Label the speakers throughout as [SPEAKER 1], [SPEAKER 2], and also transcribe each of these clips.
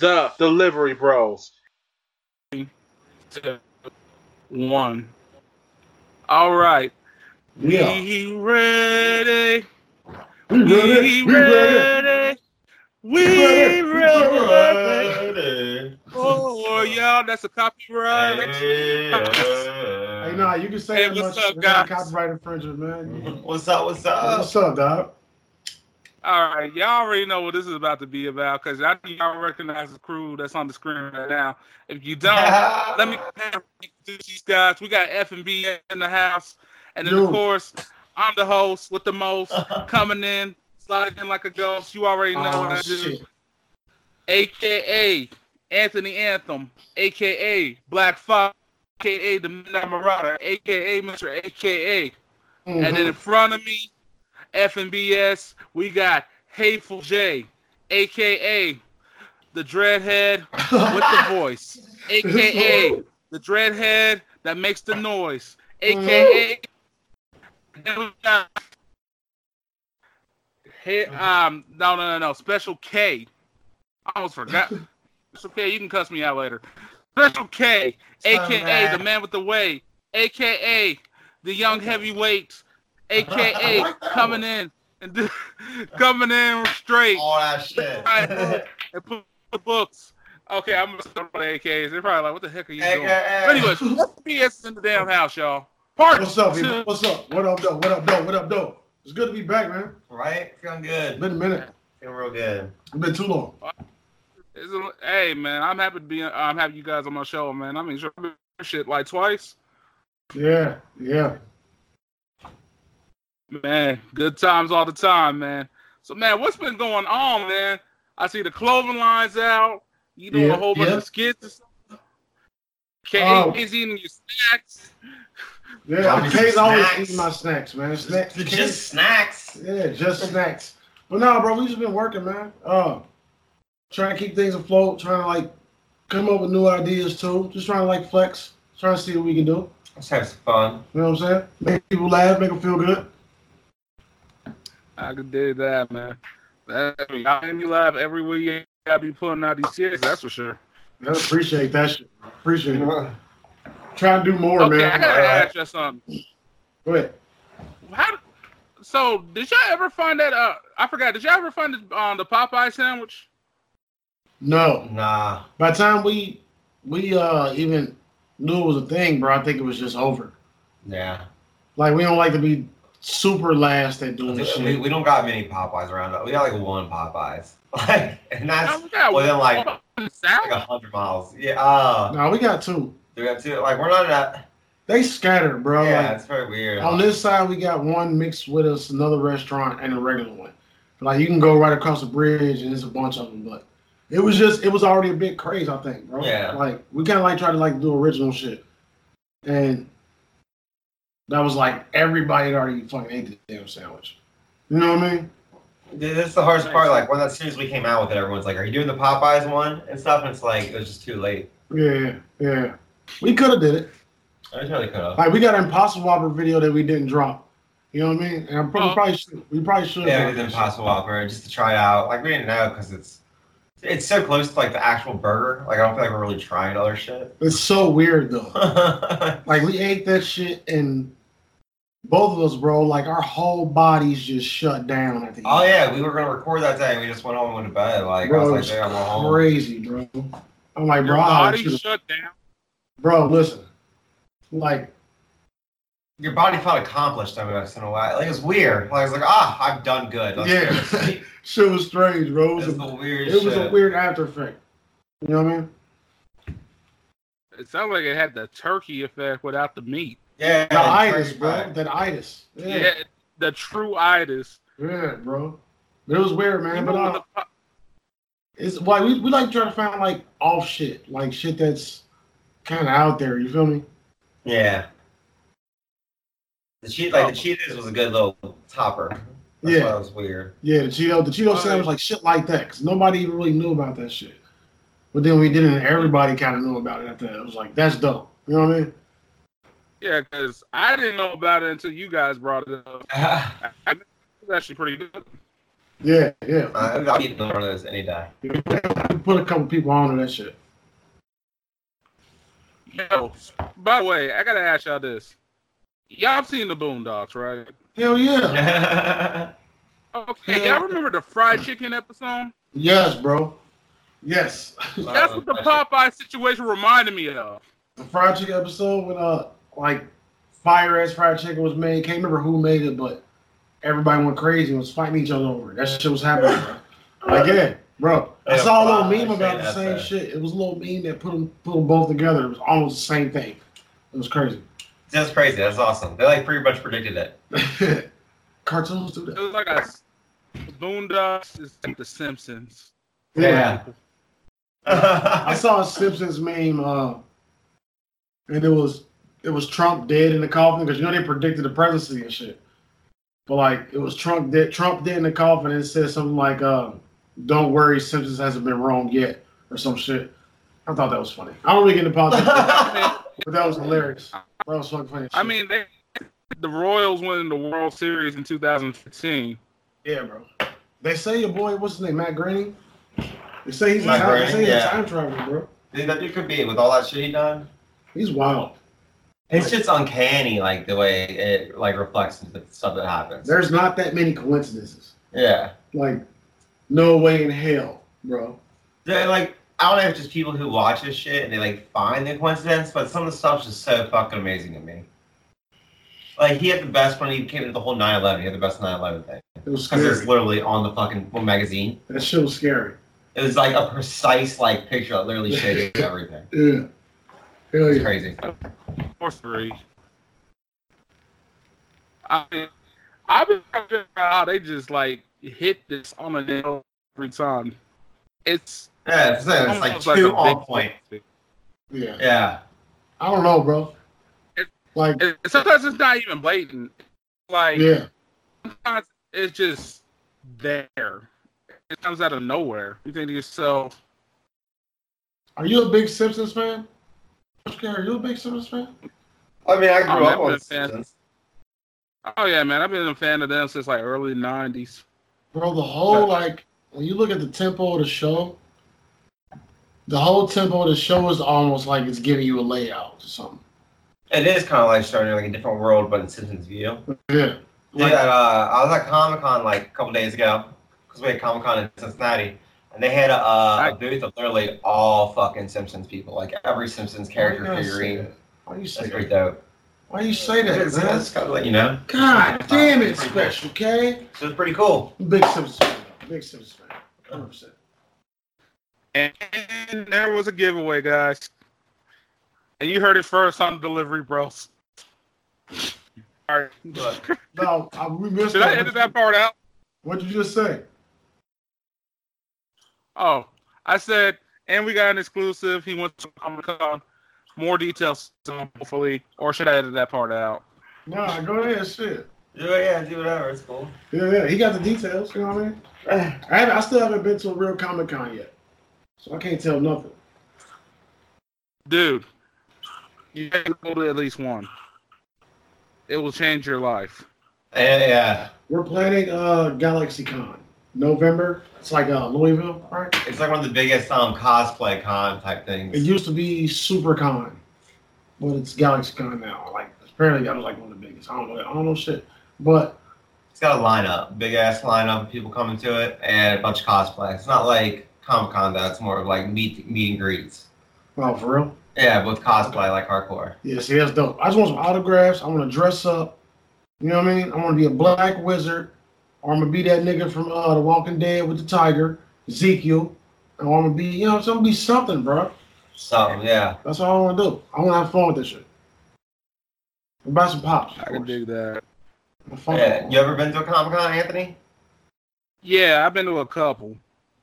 [SPEAKER 1] Delivery Bros.
[SPEAKER 2] Two, one. All right.
[SPEAKER 3] Yeah.
[SPEAKER 2] We ready.
[SPEAKER 3] We ready. We ready.
[SPEAKER 2] We ready.
[SPEAKER 3] ready.
[SPEAKER 2] Oh, y'all, that's a copyright.
[SPEAKER 3] Hey, nah, you can say
[SPEAKER 2] Hey,
[SPEAKER 3] that
[SPEAKER 2] what's
[SPEAKER 3] much.
[SPEAKER 2] up,
[SPEAKER 3] It's
[SPEAKER 2] guys?
[SPEAKER 3] not Copyright infringement, man.
[SPEAKER 4] What's up? What's up?
[SPEAKER 3] What's up, dog?
[SPEAKER 2] All right, y'all already know what this is about to be about because I think y'all recognize the crew that's on the screen right now. If you don't, let me introduce these guys. We got F and B in the house, and then of
[SPEAKER 3] Yo.
[SPEAKER 2] course, I'm the host with the most coming in, sliding in like a ghost. You already know what I
[SPEAKER 4] oh,
[SPEAKER 2] do.
[SPEAKER 4] shit.
[SPEAKER 2] aka Anthony Anthem, aka Black Fox, aka the Midnight Marauder, aka Mr. AKA. And
[SPEAKER 4] Mm-hmm.
[SPEAKER 2] then in front of me, FNBS, we got Hateful J, aka the Dreadhead with the voice, aka the Dreadhead that makes the noise, aka. Then we got Hey, um, no, no, no, no. Special K. I almost forgot. Special K, you can cuss me out later. Special K, aka
[SPEAKER 4] Alright.
[SPEAKER 2] the man with the way, aka the young heavyweight, aka
[SPEAKER 4] I like that
[SPEAKER 2] coming
[SPEAKER 4] one.
[SPEAKER 2] in and do, coming in straight
[SPEAKER 4] All that shit.
[SPEAKER 2] Alright. and put the books. Okay, I'm gonna start with AKs. They're probably like, "What the heck are you doing?"
[SPEAKER 4] AKA.
[SPEAKER 2] But anyways, PS in the damn house, y'all. Part
[SPEAKER 3] What's up, people?
[SPEAKER 2] two.
[SPEAKER 3] What's up? What up, though? What up, though? What up, though? It's good to be back, man.
[SPEAKER 4] Right? Feeling good.
[SPEAKER 3] Been a minute.
[SPEAKER 4] Feeling real good.
[SPEAKER 3] Been too long.
[SPEAKER 2] It's a- hey man, I'm happy to be. uh, I'm happy you guys on my show, man. I mean, sure, I've been doing shit like twice.
[SPEAKER 3] Yeah, yeah.
[SPEAKER 2] Man, good times all the time, man. So, man, what's been going on, man? I see the clothing lines out. You doing
[SPEAKER 3] Yeah,
[SPEAKER 2] a whole bunch
[SPEAKER 3] yeah.
[SPEAKER 2] of skits. and stuff. K
[SPEAKER 3] Oh.
[SPEAKER 2] is eating your snacks.
[SPEAKER 3] Yeah,
[SPEAKER 4] Just
[SPEAKER 3] K's always
[SPEAKER 4] snacks.
[SPEAKER 3] eating my snacks, man. Snacks.
[SPEAKER 4] Just, just snacks.
[SPEAKER 3] Yeah, just snacks. But no, bro, we just been working, man. Uh, trying to keep things afloat, trying to like come up with new ideas too. Just trying to like flex, trying to see what we can do.
[SPEAKER 4] Let's have some fun.
[SPEAKER 3] You know what I'm saying? Make people laugh, make them feel good.
[SPEAKER 2] I could do that, man. That, I mean, y'all made me laugh every week. I be putting out these skits, that's for sure.
[SPEAKER 3] I appreciate that shit. bro. Appreciate it. Trying to do more,
[SPEAKER 2] okay, I
[SPEAKER 3] man.
[SPEAKER 2] gotta
[SPEAKER 4] alright.
[SPEAKER 2] ask you something.
[SPEAKER 3] Go ahead.
[SPEAKER 2] How? So, did y'all ever find that? Uh, I forgot. Did y'all ever find the, um, the Popeye sandwich?
[SPEAKER 3] No,
[SPEAKER 4] Nah.
[SPEAKER 3] by the time we we uh even knew it was a thing, bro, I think it was just over.
[SPEAKER 4] Yeah.
[SPEAKER 3] Like we don't like to be super last at doing shit.
[SPEAKER 4] We, we don't got many Popeyes around us. We got like one Popeyes. Like, and
[SPEAKER 2] No,
[SPEAKER 4] that's
[SPEAKER 2] we got
[SPEAKER 4] within like like
[SPEAKER 2] one salad.
[SPEAKER 4] a hundred miles. Yeah. Uh,
[SPEAKER 3] nah, we got two.
[SPEAKER 4] we got two. Like, we're not that.
[SPEAKER 3] They scattered, bro.
[SPEAKER 4] Yeah,
[SPEAKER 3] Oh, like,
[SPEAKER 4] it's very weird.
[SPEAKER 3] On this side, we got one mixed with us, another restaurant, and a regular one. Like you can go right across the bridge, and there's a bunch of them. But it was just, it was already a bit crazy, I think, bro.
[SPEAKER 4] Yeah.
[SPEAKER 3] Like we kind of like tried to like do original shit, and that was like everybody had already fucking ate the damn sandwich. You know what I mean?
[SPEAKER 4] Dude, that's the hardest part. Like, when as soon as we came out with it, everyone's like, "Are you doing the Popeyes one and stuff?" And it's like it was just too late.
[SPEAKER 3] Yeah, yeah. We could have did it.
[SPEAKER 4] I totally could have.
[SPEAKER 3] Like we got an Impossible Whopper video that we didn't drop. You know what I mean? And I'm probably,
[SPEAKER 2] Oh.
[SPEAKER 3] probably should, we probably should.
[SPEAKER 4] Yeah,
[SPEAKER 3] have
[SPEAKER 4] we did the Impossible Whopper just to try it out. Like, we didn't know because it's it's so close to like the actual burger. Like, I don't feel like we're really trying other shit.
[SPEAKER 3] It's so weird though.
[SPEAKER 4] yeah,
[SPEAKER 3] Like we ate that shit and both of us, bro, like our whole bodies just shut down at the
[SPEAKER 4] Oh yeah, we were gonna record that day. and We just went home and went to bed. Like I
[SPEAKER 3] Bro,
[SPEAKER 4] was like,
[SPEAKER 3] it's
[SPEAKER 4] "Damn, I'm home."
[SPEAKER 3] crazy, bro. I'm like,
[SPEAKER 2] Your
[SPEAKER 3] bro, I
[SPEAKER 2] body
[SPEAKER 3] should've-
[SPEAKER 2] shut down.
[SPEAKER 3] bro, listen. Like,
[SPEAKER 4] Your body felt accomplished. I mean, in a way, like it's weird. Like it's like, ah, I've done good. Let's
[SPEAKER 3] Yeah.
[SPEAKER 4] go to sleep.
[SPEAKER 3] shit was strange, bro. It was,
[SPEAKER 4] That's
[SPEAKER 3] a,
[SPEAKER 4] the weird
[SPEAKER 3] it was a
[SPEAKER 4] shit.
[SPEAKER 3] weird after effect. You know what I mean?
[SPEAKER 2] It sounded like it had the turkey effect without the meat.
[SPEAKER 4] yeah,
[SPEAKER 3] The itis,
[SPEAKER 4] crazy
[SPEAKER 3] bro.
[SPEAKER 4] fact.
[SPEAKER 3] That itis.
[SPEAKER 2] Yeah,
[SPEAKER 3] Yeah,
[SPEAKER 2] the true itis.
[SPEAKER 3] yeah, bro. But it was weird, man.
[SPEAKER 2] You
[SPEAKER 3] But
[SPEAKER 2] know
[SPEAKER 3] uh,
[SPEAKER 2] when the po-
[SPEAKER 3] it's like we, we like trying to find like off shit, like shit that's kind of out there. You feel me?
[SPEAKER 4] Yeah. The cheat like the Cheetos was a good little topper. That's
[SPEAKER 3] Yeah.
[SPEAKER 4] why it was weird.
[SPEAKER 3] Yeah, the Cheeto, the Cheeto
[SPEAKER 2] Alright.
[SPEAKER 3] sandwich, like shit like that, because nobody even really knew about that shit. But then we did it, and everybody kind of knew about it. After that. It was like that's dope. You know what I mean?
[SPEAKER 2] yeah, because I didn't know about it until you guys brought it up.
[SPEAKER 4] yeah,
[SPEAKER 2] It's actually pretty good.
[SPEAKER 3] Yeah, yeah.
[SPEAKER 4] I, I'll eat another one of those any day.
[SPEAKER 3] Put a couple people on to that shit.
[SPEAKER 2] Yo, by the way, I gotta ask y'all this. Y'all seen the Boondocks, right?
[SPEAKER 3] Hell yeah.
[SPEAKER 4] yeah,
[SPEAKER 2] Okay,
[SPEAKER 3] Yeah.
[SPEAKER 2] y'all remember the fried chicken episode?
[SPEAKER 3] Yes, bro. Yes.
[SPEAKER 4] Uh,
[SPEAKER 2] That's what the Popeye situation reminded me of.
[SPEAKER 3] the fried chicken episode when uh like fire ass fried chicken was made. Can't remember who made it, but everybody went crazy and was fighting each other over it. That shit was happening. bro. like yeah, bro. I
[SPEAKER 4] Yeah,
[SPEAKER 3] saw a little
[SPEAKER 4] fried
[SPEAKER 3] meme about the
[SPEAKER 4] chicken,
[SPEAKER 3] same
[SPEAKER 4] that's
[SPEAKER 3] shit. It was a little meme that put them put them both together. It was almost the same thing. It was crazy.
[SPEAKER 4] That's crazy. That's awesome. They like pretty much predicted it.
[SPEAKER 3] Cartoons do
[SPEAKER 2] It
[SPEAKER 3] that.
[SPEAKER 2] was like a Boondocks is like the Simpsons.
[SPEAKER 3] I
[SPEAKER 4] Yeah.
[SPEAKER 3] saw a Simpsons meme, uh, and it was it was Trump dead in the coffin because you know they predicted the presidency and shit. But like it was Trump dead, Trump dead in the coffin, and it said something like, uh, "Don't worry, Simpsons hasn't been wrong yet," or some shit. I thought that was funny. I don't really get into politics, but that was hilarious. That was fucking funny. as
[SPEAKER 2] I
[SPEAKER 3] shit.
[SPEAKER 2] mean, they, the Royals winning the World Series in 2015.
[SPEAKER 3] yeah, bro. They say your boy, what's his name, Matt Groening. They say he's a
[SPEAKER 4] Matt
[SPEAKER 3] time, they
[SPEAKER 4] Groening,
[SPEAKER 3] say he's
[SPEAKER 4] yeah.
[SPEAKER 3] a time traveler, bro.
[SPEAKER 4] Dude, that dude could be with all that shit he done.
[SPEAKER 3] He's wild.
[SPEAKER 4] It's just uncanny, like the way it like reflects into the stuff that happens.
[SPEAKER 3] There's not that many coincidences.
[SPEAKER 4] yeah,
[SPEAKER 3] Like, no way in hell, bro.
[SPEAKER 4] They're, like I don't know if it's just people who watch this shit and they like find the coincidence, but some of the stuff's just so fucking amazing to me. Like he had the best when he came to the whole 9/11. He had the best 9/11 thing
[SPEAKER 3] It was
[SPEAKER 4] because it's
[SPEAKER 3] scary.
[SPEAKER 4] literally on the fucking magazine.
[SPEAKER 3] That shit was scary.
[SPEAKER 4] It was like a precise like picture that literally shaded everything.
[SPEAKER 3] Yeah. Hell
[SPEAKER 4] It's
[SPEAKER 3] yeah.
[SPEAKER 4] crazy.
[SPEAKER 2] or three. I mean, I've been trying to figure out how they just like hit this on a nail every time. It's
[SPEAKER 4] Yeah, it's, it's like
[SPEAKER 2] almost
[SPEAKER 4] two
[SPEAKER 2] a
[SPEAKER 4] on
[SPEAKER 2] big-
[SPEAKER 4] point.
[SPEAKER 3] Yeah.
[SPEAKER 4] Yeah,
[SPEAKER 3] I don't know, bro. Like,
[SPEAKER 2] It, sometimes it's not even blatant. Like
[SPEAKER 3] yeah.
[SPEAKER 2] sometimes it's just there. It comes out of nowhere. You think to yourself,
[SPEAKER 3] Are you a big Simpsons fan? Gary, are you a big Simpsons fan?
[SPEAKER 4] I mean I
[SPEAKER 2] grew up on Simpsons. "Oh yeah, man, I've been a fan of them since like early '90s."
[SPEAKER 3] Bro, the whole, like, when you look at the tempo of the show, the whole tempo of the show is almost like it's giving you a layout or something.
[SPEAKER 4] It is kind of like starting like a different world, but in Simpsons view.
[SPEAKER 3] Yeah.
[SPEAKER 4] Yeah, uh, I was at Comic Con like a couple days ago because we had Comic Con in Cincinnati, and they had a, uh,
[SPEAKER 2] I-
[SPEAKER 4] a booth of literally all fucking Simpsons people, like every Simpsons character
[SPEAKER 3] Why you gotta say
[SPEAKER 4] figurine.
[SPEAKER 3] that? Why you say
[SPEAKER 4] That's pretty
[SPEAKER 3] that?
[SPEAKER 4] dope.
[SPEAKER 3] Why you say that,
[SPEAKER 4] So
[SPEAKER 3] man?
[SPEAKER 4] that's kind of like you know.
[SPEAKER 3] God damn it,
[SPEAKER 4] It's pretty
[SPEAKER 3] Special K.
[SPEAKER 4] cool. So it's pretty cool.
[SPEAKER 3] Big Simpsons fan. though. Big Simpsons fan. 100%.
[SPEAKER 2] And there was a giveaway, guys. And you heard it first on Delivery Bros. All right.
[SPEAKER 4] Look.
[SPEAKER 3] No, I, we missed
[SPEAKER 2] Should I edit that part out?
[SPEAKER 3] What did you just say?
[SPEAKER 2] Oh, I said, and we got an exclusive. He went to Comic Con. More details, soon, hopefully. Or should I edit that part out?
[SPEAKER 3] Nah, go ahead, shit.
[SPEAKER 4] Yeah, yeah, do whatever. It's cool.
[SPEAKER 3] Yeah, yeah, he got the details. You know what I mean? I, haven't, I still haven't been to a real Comic Con yet, so I can't tell nothing.
[SPEAKER 2] Dude, you got to go to at least one. It will change your life.
[SPEAKER 4] Yeah, yeah.
[SPEAKER 3] We're planning uh Galaxy Con November. It's like uh Louisville, right?
[SPEAKER 4] It's like one of the biggest um cosplay con type things.
[SPEAKER 3] It used to be Super Con, but it's Galaxy Con now. Like apparently, that was like one of the biggest. I don't know. I don't know shit, but
[SPEAKER 4] It's got a lineup, big ass lineup of people coming to it, and a bunch of cosplay. It's not like Comic Con though. It's more of like meet meet and greets.
[SPEAKER 3] wow, for real.
[SPEAKER 4] Yeah, with cosplay like hardcore.
[SPEAKER 3] Yeah, see, that's dope. I just want some autographs. I want to dress up. You know what I mean? I want to be a black wizard, or I'm gonna be that nigga from uh, The Walking Dead with the tiger, Ezekiel. Or I'm gonna be, you know, I'm gonna be something, bro.
[SPEAKER 4] So yeah.
[SPEAKER 3] That's all I want to do. I want to have fun with this shit. And buy some pops. of
[SPEAKER 2] I can
[SPEAKER 3] course.
[SPEAKER 2] dig that.
[SPEAKER 3] And fun.
[SPEAKER 4] Yeah, you ever been to a Comic Con, Anthony?
[SPEAKER 2] Yeah, I've been to a couple.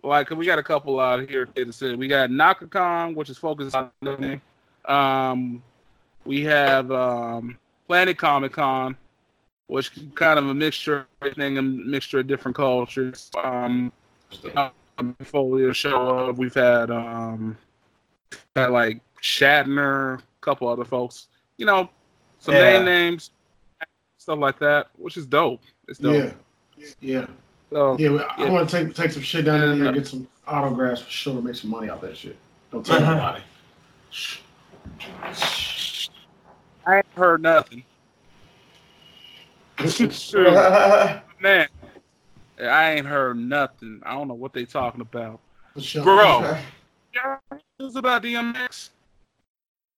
[SPEAKER 2] Like we got a couple out here in the city. We got Nakacon, which is focused on living. Um, we have um, Planet Comic Con, which is kind of a mixture of everything, a mixture of different cultures. Um, um, Folio show up. We've had um, had like Shatner, a couple other folks. You know, some
[SPEAKER 4] Yeah.
[SPEAKER 2] main names, stuff like that, which is dope. It's dope.
[SPEAKER 3] Yeah. Yeah.
[SPEAKER 2] So
[SPEAKER 3] Yeah, we- I
[SPEAKER 2] Yeah.
[SPEAKER 3] want to take take some shit down there and get some autographs for sure. Make some money off that shit. Don't tell
[SPEAKER 4] Uh-huh.
[SPEAKER 3] nobody.
[SPEAKER 2] I ain't heard nothing. Sure,
[SPEAKER 4] Bro,
[SPEAKER 2] man. I ain't heard nothing. I don't know what they talking about. Bro. Yeah, It's about DMX.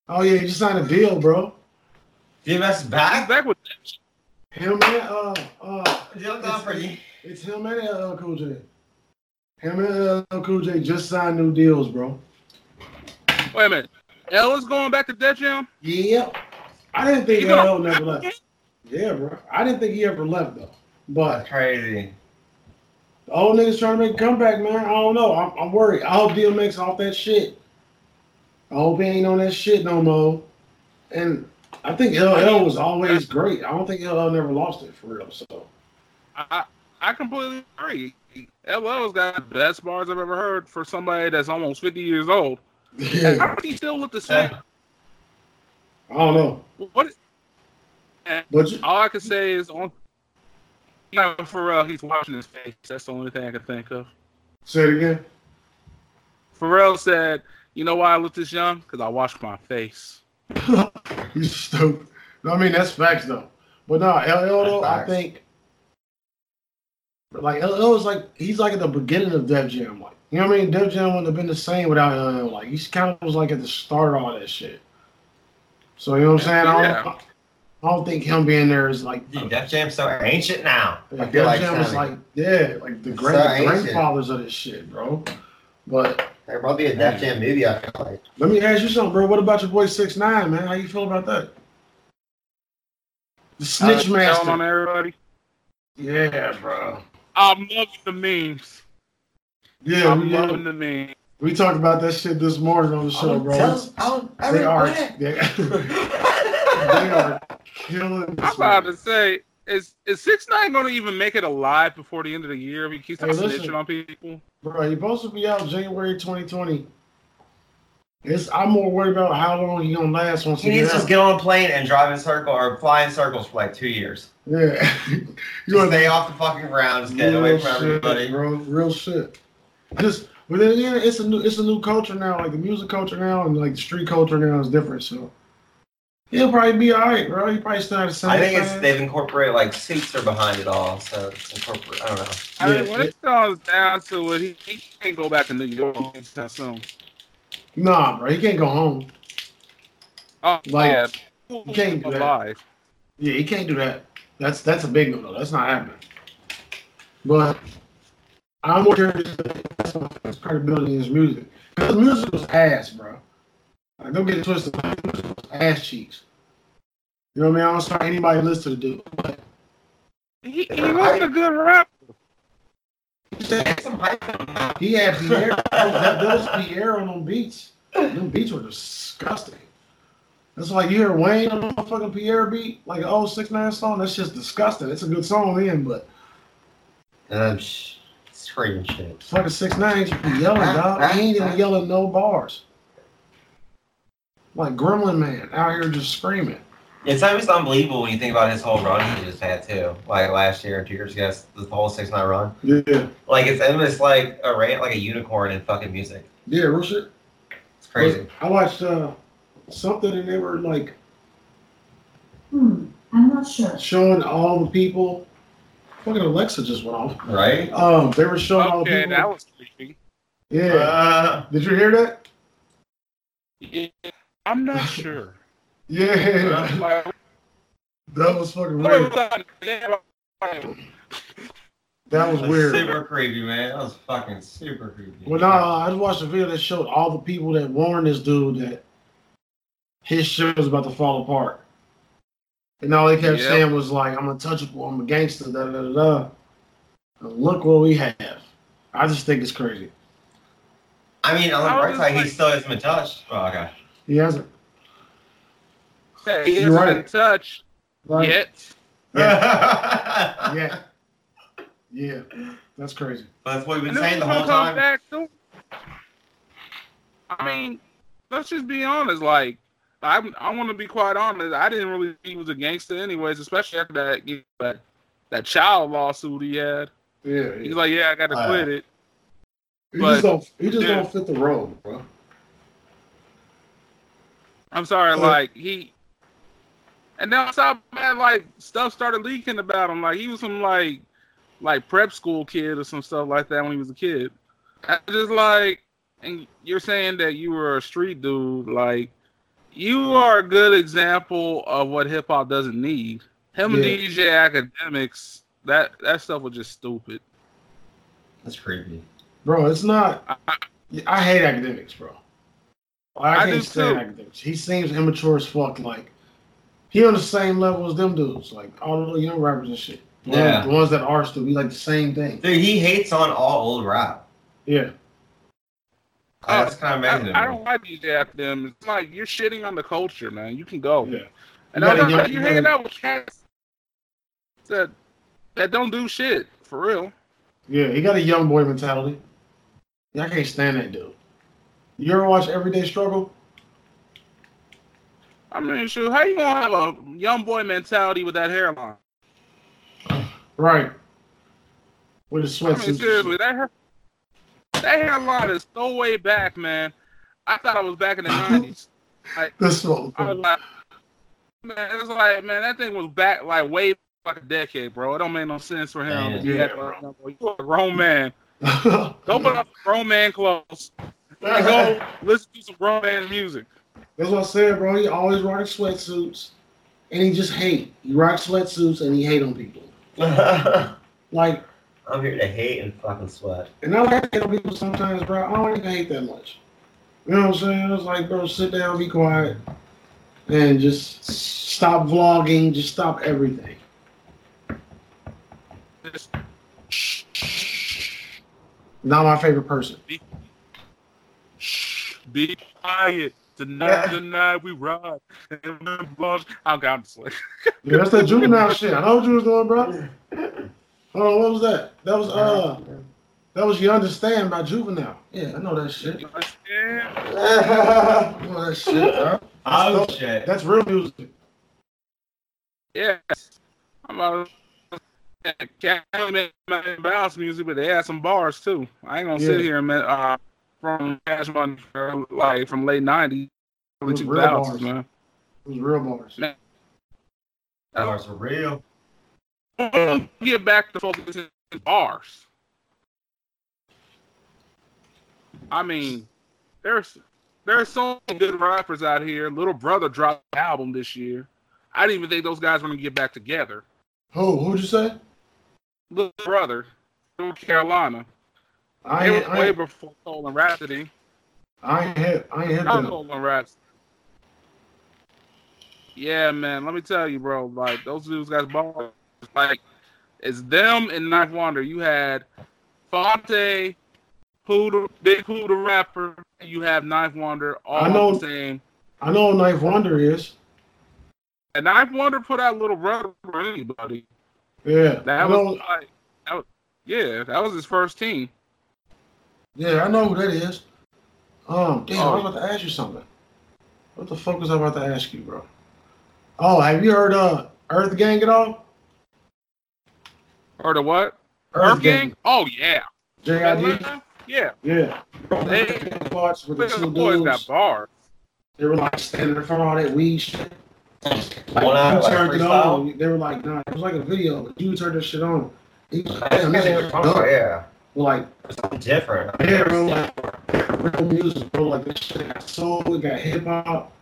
[SPEAKER 3] Oh yeah, you just signed a deal, bro.
[SPEAKER 4] DMS
[SPEAKER 2] He's
[SPEAKER 4] back?
[SPEAKER 2] back with
[SPEAKER 3] Him and uh uh,
[SPEAKER 4] Dylan Godfrey.
[SPEAKER 3] it's him and LL Cool J. Him and LL Cool J just signed new deals, bro.
[SPEAKER 2] Wait a minute. Ella's going back to Death Jam?
[SPEAKER 3] Yep. I didn't think
[SPEAKER 2] You know-
[SPEAKER 3] LL never left. Yeah, bro. I didn't think he ever left though. But
[SPEAKER 4] Crazy.
[SPEAKER 3] the old niggas trying to make a comeback, man. I don't know. I'm, I'm worried. I hope DMX off that shit. I hope he ain't on that shit no more. And I think LL was always great. I don't think LL never lost it for real. So
[SPEAKER 2] I I completely agree. LL's got the best bars I've ever heard for somebody that's almost 50 years old. How is he still with the same?
[SPEAKER 3] I don't know.
[SPEAKER 2] What?
[SPEAKER 3] But you-
[SPEAKER 2] All I can say is on. You know, Pharrell, he's watching his face. That's the only thing I can think of.
[SPEAKER 3] say it again.
[SPEAKER 2] Pharrell said, "You know why I look this young? Because I washed my face."
[SPEAKER 3] You stupid. No, I mean that's facts though. But no, LL though, I
[SPEAKER 4] Facts.
[SPEAKER 3] think like LL is like he's like at the beginning of Def Jam, like you know what I mean? Def Jam wouldn't have been the same without LL. Like he's kind of was like at the start of all that shit. So you know what I'm saying? I don't, I don't think him being there is like
[SPEAKER 4] Dude, Def Jam's so ancient now. I
[SPEAKER 3] like
[SPEAKER 4] feel
[SPEAKER 3] Def
[SPEAKER 4] like
[SPEAKER 3] Jam was
[SPEAKER 4] sounding-
[SPEAKER 3] like yeah, like the
[SPEAKER 4] It's
[SPEAKER 3] great
[SPEAKER 4] so
[SPEAKER 3] the
[SPEAKER 4] ancient.
[SPEAKER 3] grandfathers of this shit, bro. But
[SPEAKER 4] There'd probably be a Def Jam movie. I feel like.
[SPEAKER 3] let me ask you something, bro. What about your boy Six Nine, man? How you feel about that? The snitch
[SPEAKER 2] I was telling
[SPEAKER 3] master.
[SPEAKER 2] on everybody.
[SPEAKER 3] Yeah, bro.
[SPEAKER 2] I'm loving the memes.
[SPEAKER 3] Yeah,
[SPEAKER 2] I'm
[SPEAKER 3] we, yeah,
[SPEAKER 2] loving the memes.
[SPEAKER 3] we talked about that shit this morning on the show, bro. It's-
[SPEAKER 4] oh,
[SPEAKER 3] they are they, they are killing.
[SPEAKER 2] I'm
[SPEAKER 3] this
[SPEAKER 2] about
[SPEAKER 3] man.
[SPEAKER 2] to say, is is Six Nine going to even make it alive before the end of the year? We keep
[SPEAKER 3] Hey, listen.
[SPEAKER 2] snitching on people.
[SPEAKER 3] Bro, he supposed to be out January 2020. It's I'm more worried about how long he gonna last once
[SPEAKER 4] He
[SPEAKER 3] he
[SPEAKER 4] needs
[SPEAKER 3] gets
[SPEAKER 4] to just
[SPEAKER 3] out.
[SPEAKER 4] get on a plane and drive in circle or fly in circles for like two years.
[SPEAKER 3] Yeah, you
[SPEAKER 4] Just
[SPEAKER 3] know,
[SPEAKER 4] stay off the fucking ground. Just get away from
[SPEAKER 3] shit,
[SPEAKER 4] everybody.
[SPEAKER 3] bro. Real shit. Just but then again, it's a new it's a new culture now. Like the music culture now and like the street culture now is different. So he'll probably be all right, bro. He probably still have the same.
[SPEAKER 4] I think it's
[SPEAKER 3] fans.
[SPEAKER 4] they've incorporated like suits are behind it all, so it's incorporate. I don't know.
[SPEAKER 2] I mean,
[SPEAKER 3] Yeah,
[SPEAKER 2] when
[SPEAKER 3] yeah.
[SPEAKER 2] it comes down to it, he, he can't go back to New York anytime soon.
[SPEAKER 3] Nah, bro. He can't go home.
[SPEAKER 2] Oh,
[SPEAKER 3] Like,
[SPEAKER 2] yeah.
[SPEAKER 3] you can't do that.
[SPEAKER 2] Alive.
[SPEAKER 3] Yeah, he can't do that. That's that's a big no no. That's not happening. But I'm more curious about his credibility in his music. His music was ass, bro. Like, don't get it twisted. His music was ass cheeks. You know what I mean? I don't start anybody listen to the dude. But
[SPEAKER 2] He, he wasn't a good rapper.
[SPEAKER 4] Some hype on that.
[SPEAKER 3] he had Pierre. oh, that, that was Pierre on them beats. Them beats were disgusting. That's like you hear Wayne on the motherfucking Pierre beat, like an old six nine song. That's just disgusting. It's a good song then, but
[SPEAKER 4] Um, sh- screaming shit.
[SPEAKER 3] Fucking six nine should be yelling, dog. He ain't even yelling no bars. Like Gremlin Man out here just screaming.
[SPEAKER 4] It's almost unbelievable when you think about his whole run he just had too, like last year, two years ago, the whole six nine run.
[SPEAKER 3] Yeah.
[SPEAKER 4] Like it's endless, like a rant, like a unicorn in fucking music.
[SPEAKER 3] Yeah, real shit.
[SPEAKER 4] It's crazy.
[SPEAKER 3] I watched uh something and they were like
[SPEAKER 1] Hmm, I'm not sure.
[SPEAKER 3] showing all the people. Fucking Alexa just went off.
[SPEAKER 4] Right?
[SPEAKER 3] Um, they were showing all the
[SPEAKER 2] Okay,
[SPEAKER 3] people.
[SPEAKER 2] that was creepy.
[SPEAKER 3] yeah.
[SPEAKER 4] Uh,
[SPEAKER 3] Did you hear that?
[SPEAKER 2] Yeah, I'm not sure.
[SPEAKER 3] Yeah.
[SPEAKER 2] like,
[SPEAKER 3] that was fucking
[SPEAKER 2] what
[SPEAKER 3] weird.
[SPEAKER 2] was I doing?
[SPEAKER 3] That was
[SPEAKER 4] that's
[SPEAKER 3] weird.
[SPEAKER 4] Super creepy, man. That was fucking super creepy.
[SPEAKER 3] Well, no, I just watched a video that showed all the people that warned this dude that his shit was about to fall apart. And all they kept
[SPEAKER 2] Yep.
[SPEAKER 3] saying was like, I'm untouchable, I'm a gangster, da da da da. And look what we have. I just think it's crazy.
[SPEAKER 4] I mean, on
[SPEAKER 2] I
[SPEAKER 4] the bright
[SPEAKER 2] was
[SPEAKER 4] side,
[SPEAKER 2] like-
[SPEAKER 4] he still hasn't been touched. Oh, okay.
[SPEAKER 3] He hasn't.
[SPEAKER 2] Hey, He
[SPEAKER 3] You're
[SPEAKER 2] hasn't
[SPEAKER 3] right.
[SPEAKER 2] been touched
[SPEAKER 3] Like,
[SPEAKER 2] yet.
[SPEAKER 3] Yeah. Yeah. That's crazy.
[SPEAKER 4] That's what we've
[SPEAKER 2] And
[SPEAKER 4] been
[SPEAKER 2] this
[SPEAKER 4] saying
[SPEAKER 2] is
[SPEAKER 4] the
[SPEAKER 2] gonna
[SPEAKER 4] whole
[SPEAKER 2] come
[SPEAKER 4] time.
[SPEAKER 2] back soon. I mean, let's just be honest. Like, I'm, I want to be quite honest. I didn't really think he was a gangster, anyways, especially after that that, that child lawsuit he had.
[SPEAKER 3] Yeah,
[SPEAKER 2] He's
[SPEAKER 3] yeah.
[SPEAKER 2] like, yeah, I got to
[SPEAKER 4] Uh,
[SPEAKER 2] quit it.
[SPEAKER 3] He
[SPEAKER 2] but-
[SPEAKER 3] just don't. He just
[SPEAKER 2] Yeah.
[SPEAKER 3] don't fit the role, bro.
[SPEAKER 2] I'm sorry,
[SPEAKER 3] Uh,
[SPEAKER 2] like he. And then I saw man, like stuff started leaking about him. Like he was some like, like prep school kid or some stuff like that when he was a kid. I just like, and you're saying that you were a street dude. Like, you are a good example of what hip hop doesn't need. Him and
[SPEAKER 3] Yeah.
[SPEAKER 2] DJ Academics, that that stuff was just stupid.
[SPEAKER 4] That's creepy.
[SPEAKER 3] Bro, it's not.
[SPEAKER 2] I-
[SPEAKER 3] Yeah, I hate academics, bro. I,
[SPEAKER 2] I
[SPEAKER 3] can't
[SPEAKER 2] do
[SPEAKER 3] stand
[SPEAKER 2] too.
[SPEAKER 3] academics. He seems immature as fuck. Like he on the same level as them dudes, like all the young rappers and shit. The ones-
[SPEAKER 4] Yeah.
[SPEAKER 3] the ones that are still be like the same thing.
[SPEAKER 4] Dude, he hates on all old rap.
[SPEAKER 3] Yeah,
[SPEAKER 2] Uh,
[SPEAKER 4] That's kind of
[SPEAKER 2] I,
[SPEAKER 4] amazing. to
[SPEAKER 2] I
[SPEAKER 4] me.
[SPEAKER 2] don't like DJ Academics. It's like you're shitting on the culture, man. You can go.
[SPEAKER 3] yeah.
[SPEAKER 2] And
[SPEAKER 3] You
[SPEAKER 2] I'm
[SPEAKER 3] gotta
[SPEAKER 2] not,
[SPEAKER 3] young-
[SPEAKER 2] you're
[SPEAKER 3] you
[SPEAKER 2] hanging
[SPEAKER 3] gotta-
[SPEAKER 2] out with cats that that don't do shit for real.
[SPEAKER 3] Yeah, he got a young boy mentality. Yeah, I can't stand that dude. You ever watch Everyday Struggle?
[SPEAKER 2] I mean, shoot, how you gonna have a young boy mentality with that hairline?
[SPEAKER 3] Right. With his
[SPEAKER 2] I
[SPEAKER 3] sweatsuit.
[SPEAKER 2] mean, seriously, that hair, that hairline is so way back, man. I thought I was back in the nineties.
[SPEAKER 3] the smoke.
[SPEAKER 2] I was like, man, it's like, man, that thing was back like way like a decade, bro. It don't make no sense for him to be
[SPEAKER 3] Yeah,
[SPEAKER 2] acting like a young boy. You a grown man. Go put
[SPEAKER 3] That's
[SPEAKER 2] on some grown man clothes and go listen to some grown man music.
[SPEAKER 3] what I said, bro. He always rocking sweatsuits, and he just hate. He rocks sweatsuits and he hate on people. Like,
[SPEAKER 4] I'm here to hate and fucking sweat.
[SPEAKER 3] and I like hate on people sometimes, bro. I don't even hate that much. You know what I'm saying? It's like, bro, sit down, be quiet, and just stop vlogging. Just stop everything.
[SPEAKER 2] Just
[SPEAKER 3] Not my favorite person.
[SPEAKER 2] Shh, be quiet. Tonight,
[SPEAKER 4] Yeah.
[SPEAKER 2] tonight we ride. And then blush. I'm kind of slick.
[SPEAKER 3] Yeah, that's that juvenile shit. I know what you was doing, bro. Oh, what was that? That was uh, that was you understand by juvenile. Yeah, I know that shit.
[SPEAKER 2] You understand?
[SPEAKER 3] I know that shit, bro.
[SPEAKER 4] oh shit.
[SPEAKER 3] That's real music.
[SPEAKER 2] Yes. I'm about to can't make my bounce music, but they had some bars too. I ain't gonna sit
[SPEAKER 3] Yeah.
[SPEAKER 2] here and man, uh, from Cash Money, uh, like from late '90s, early
[SPEAKER 3] Those real
[SPEAKER 2] 2000s,
[SPEAKER 3] bars.
[SPEAKER 2] man.
[SPEAKER 3] It was real bars.
[SPEAKER 4] Bars are real.
[SPEAKER 2] Get back to focusing on bars. I mean, there's there's so many good rappers out here. Little Brother dropped an album this year. I didn't even think those guys were gonna get back together.
[SPEAKER 3] Who? Who'd you say?
[SPEAKER 2] Little Brother, North Carolina.
[SPEAKER 3] I
[SPEAKER 2] They
[SPEAKER 3] ain't,
[SPEAKER 2] were
[SPEAKER 3] I
[SPEAKER 2] way
[SPEAKER 3] ain't,
[SPEAKER 2] before Soul and Rhapsody.
[SPEAKER 3] I ain't hit. I ain't hit
[SPEAKER 2] Not
[SPEAKER 3] them.
[SPEAKER 2] Soul and Rhapsody. Yeah, man. Let me tell you, bro. Like those dudes got bars. Like it's them and Knife Wonder. You had Fonte, who the big who the rapper, and you have Knife Wonder all
[SPEAKER 3] I
[SPEAKER 2] on
[SPEAKER 3] know-
[SPEAKER 2] the same.
[SPEAKER 3] I know Knife Wonder is.
[SPEAKER 2] And Knife Wonder put out Little Brother for anybody.
[SPEAKER 3] Yeah. I
[SPEAKER 2] That
[SPEAKER 3] know,
[SPEAKER 2] was like, that was, yeah, that was his first team.
[SPEAKER 3] yeah, I know who that is. Um, damn, I
[SPEAKER 2] Oh.
[SPEAKER 3] was about to ask you something. What the fuck was I about to ask you, bro? Oh, have you heard uh Earth Gang at all?
[SPEAKER 2] Or the what? Earth Gang? Oh yeah.
[SPEAKER 3] JID?
[SPEAKER 2] Yeah.
[SPEAKER 3] Yeah.
[SPEAKER 2] They-
[SPEAKER 3] Parts with the
[SPEAKER 2] The
[SPEAKER 3] two
[SPEAKER 2] boys got
[SPEAKER 3] dudes.
[SPEAKER 2] bars.
[SPEAKER 3] They were like standing in front of all that weed shit. Like,
[SPEAKER 4] One eye,
[SPEAKER 3] you
[SPEAKER 4] like,
[SPEAKER 3] turned it
[SPEAKER 4] freestyle?
[SPEAKER 3] on. They were like, nah, it was like a video, but you turned this shit on. He was like, damn, this shit is
[SPEAKER 4] Oh,
[SPEAKER 3] dope.
[SPEAKER 4] yeah.
[SPEAKER 3] Like,
[SPEAKER 4] Something different.
[SPEAKER 3] yeah, bro, like, real music, bro. Like, this shit got soul, it got hip hop.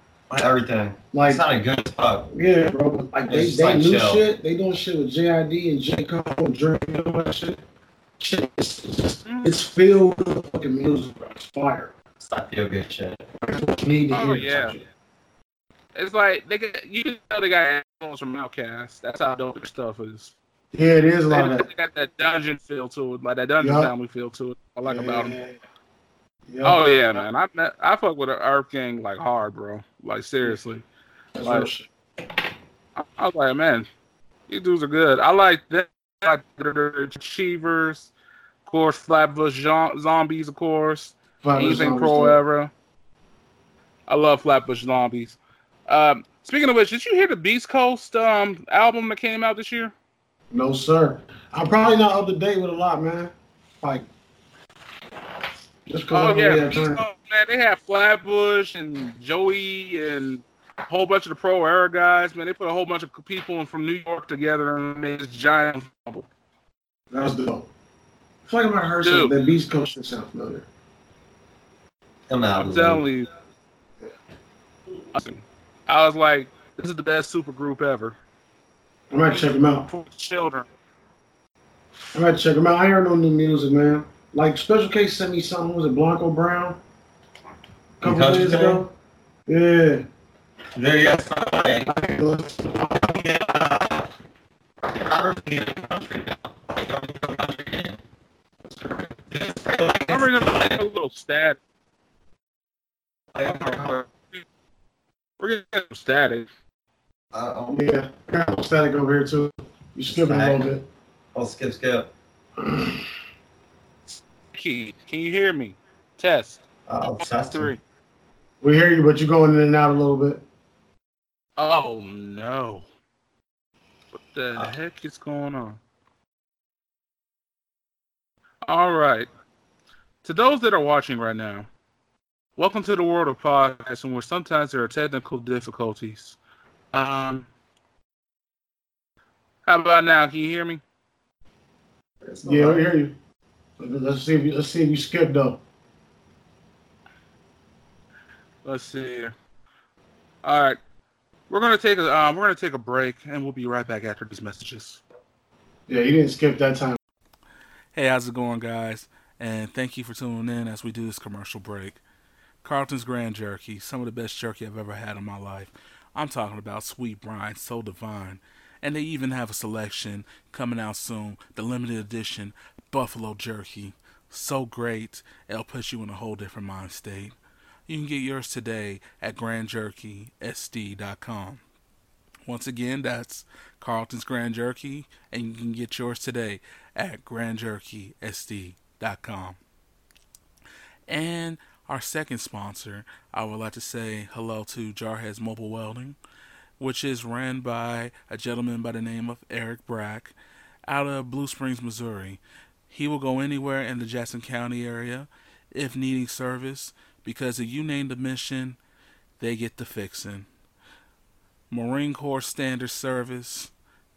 [SPEAKER 4] Everything.
[SPEAKER 3] Like,
[SPEAKER 4] It's not a good fuck.
[SPEAKER 3] yeah, bro. but, Like, they,
[SPEAKER 4] It's just
[SPEAKER 3] they
[SPEAKER 4] like
[SPEAKER 3] new
[SPEAKER 4] chill.
[SPEAKER 3] shit. They doing shit with JID and J. Cole and Drake and all that shit. Shit, it's, it's, just-
[SPEAKER 2] Mm.
[SPEAKER 3] it's filled with fucking music, bro. It's fire.
[SPEAKER 4] It's not feel good shit.
[SPEAKER 3] That's what you need to
[SPEAKER 2] Oh,
[SPEAKER 3] hear.
[SPEAKER 2] yeah. It's like they got, you can tell they got animals from Outcast. That's how dope their stuff is.
[SPEAKER 3] Yeah, it is
[SPEAKER 2] They,
[SPEAKER 3] a lot of that.
[SPEAKER 2] they got that dungeon feel to it, like that dungeon
[SPEAKER 3] Yeah.
[SPEAKER 2] family feel to it. I like about them.
[SPEAKER 3] Yeah.
[SPEAKER 2] Oh yeah, man. I met- I fuck with the Earth Gang like hard, bro. Like seriously.
[SPEAKER 3] That's
[SPEAKER 2] like-
[SPEAKER 3] real shit.
[SPEAKER 2] I, I was like, man, these dudes are good. I like that. I like the Achievers, of course, Flatbush Zom- Zombies, of course.
[SPEAKER 3] Five minutes
[SPEAKER 2] Anything
[SPEAKER 3] on
[SPEAKER 2] pro
[SPEAKER 3] this
[SPEAKER 2] ever. I love Flatbush Zombies. Um, speaking of which, did you hear the Beast Coast um, album that came out this year?
[SPEAKER 3] thing. No, sir. I'm probably not up to date with a lot, man. Like, just
[SPEAKER 2] Oh
[SPEAKER 3] because I really
[SPEAKER 2] yeah,
[SPEAKER 3] have
[SPEAKER 2] Keystone,
[SPEAKER 3] time.
[SPEAKER 2] man. They had Flatbush and Joey and a whole bunch of the pro era guys. Man, they put a whole bunch of people in from New York together and made this giant. ensemble.
[SPEAKER 3] That was dope. I feel like I might have heard
[SPEAKER 2] Dude.
[SPEAKER 3] something. That Beast Coast shit sound familiar.
[SPEAKER 4] Come out.
[SPEAKER 2] I'm
[SPEAKER 4] Lou.
[SPEAKER 2] telling you. I was like, this is the best super group ever.
[SPEAKER 3] I might check them out.
[SPEAKER 2] For children.
[SPEAKER 3] I might check them out. I ain't heard no new music, man. Like Special K sent me something. Was it Blanco Brown? A couple
[SPEAKER 4] Country
[SPEAKER 3] days ago. Yeah.
[SPEAKER 4] There you go.
[SPEAKER 3] Listen
[SPEAKER 2] I remember a little static. We're gonna get some static.
[SPEAKER 4] Uh,
[SPEAKER 3] Yeah. Got some Static over here too. You skipping a little bit.
[SPEAKER 4] I'll oh, skip, skip.
[SPEAKER 2] Key, can you hear me? Test.
[SPEAKER 4] Oh, that's
[SPEAKER 2] Three.
[SPEAKER 3] We hear you, but you're going in and out a little bit.
[SPEAKER 2] Oh no. What the heck is going on? All right. To those that are watching right now, welcome to the world of podcasting where sometimes there are technical difficulties. Um how about now? Can you hear me?
[SPEAKER 3] Yeah, we hear you. Let's see if you let's see if you skip though.
[SPEAKER 2] Let's see here. All right. We're gonna take a um, we're gonna take a break and we'll be right back after these messages.
[SPEAKER 3] Yeah, you didn't skip that time.
[SPEAKER 2] Hey, how's it going, guys? And thank you for tuning in as we do this commercial break. Carlton's Grand Jerky, some of the best jerky I've ever had in my life. I'm talking about sweet brine, so divine. And they even have a selection coming out soon, the limited edition Buffalo Jerky. So great, it'll put you in a whole different mind state. You can get yours today at grandjerkysd.com. Once again, that's Carlton's Grand Jerky, and you can get yours today at grandjerkysd.com. And our second sponsor, I would like to say hello to Jarhead's Mobile Welding, which is ran by a gentleman by the name of Eric Brack out of Blue Springs, Missouri. He will go anywhere in the Jackson County area if needing service because if you name the mission, they get the fixing. Marine Corps Standard Service,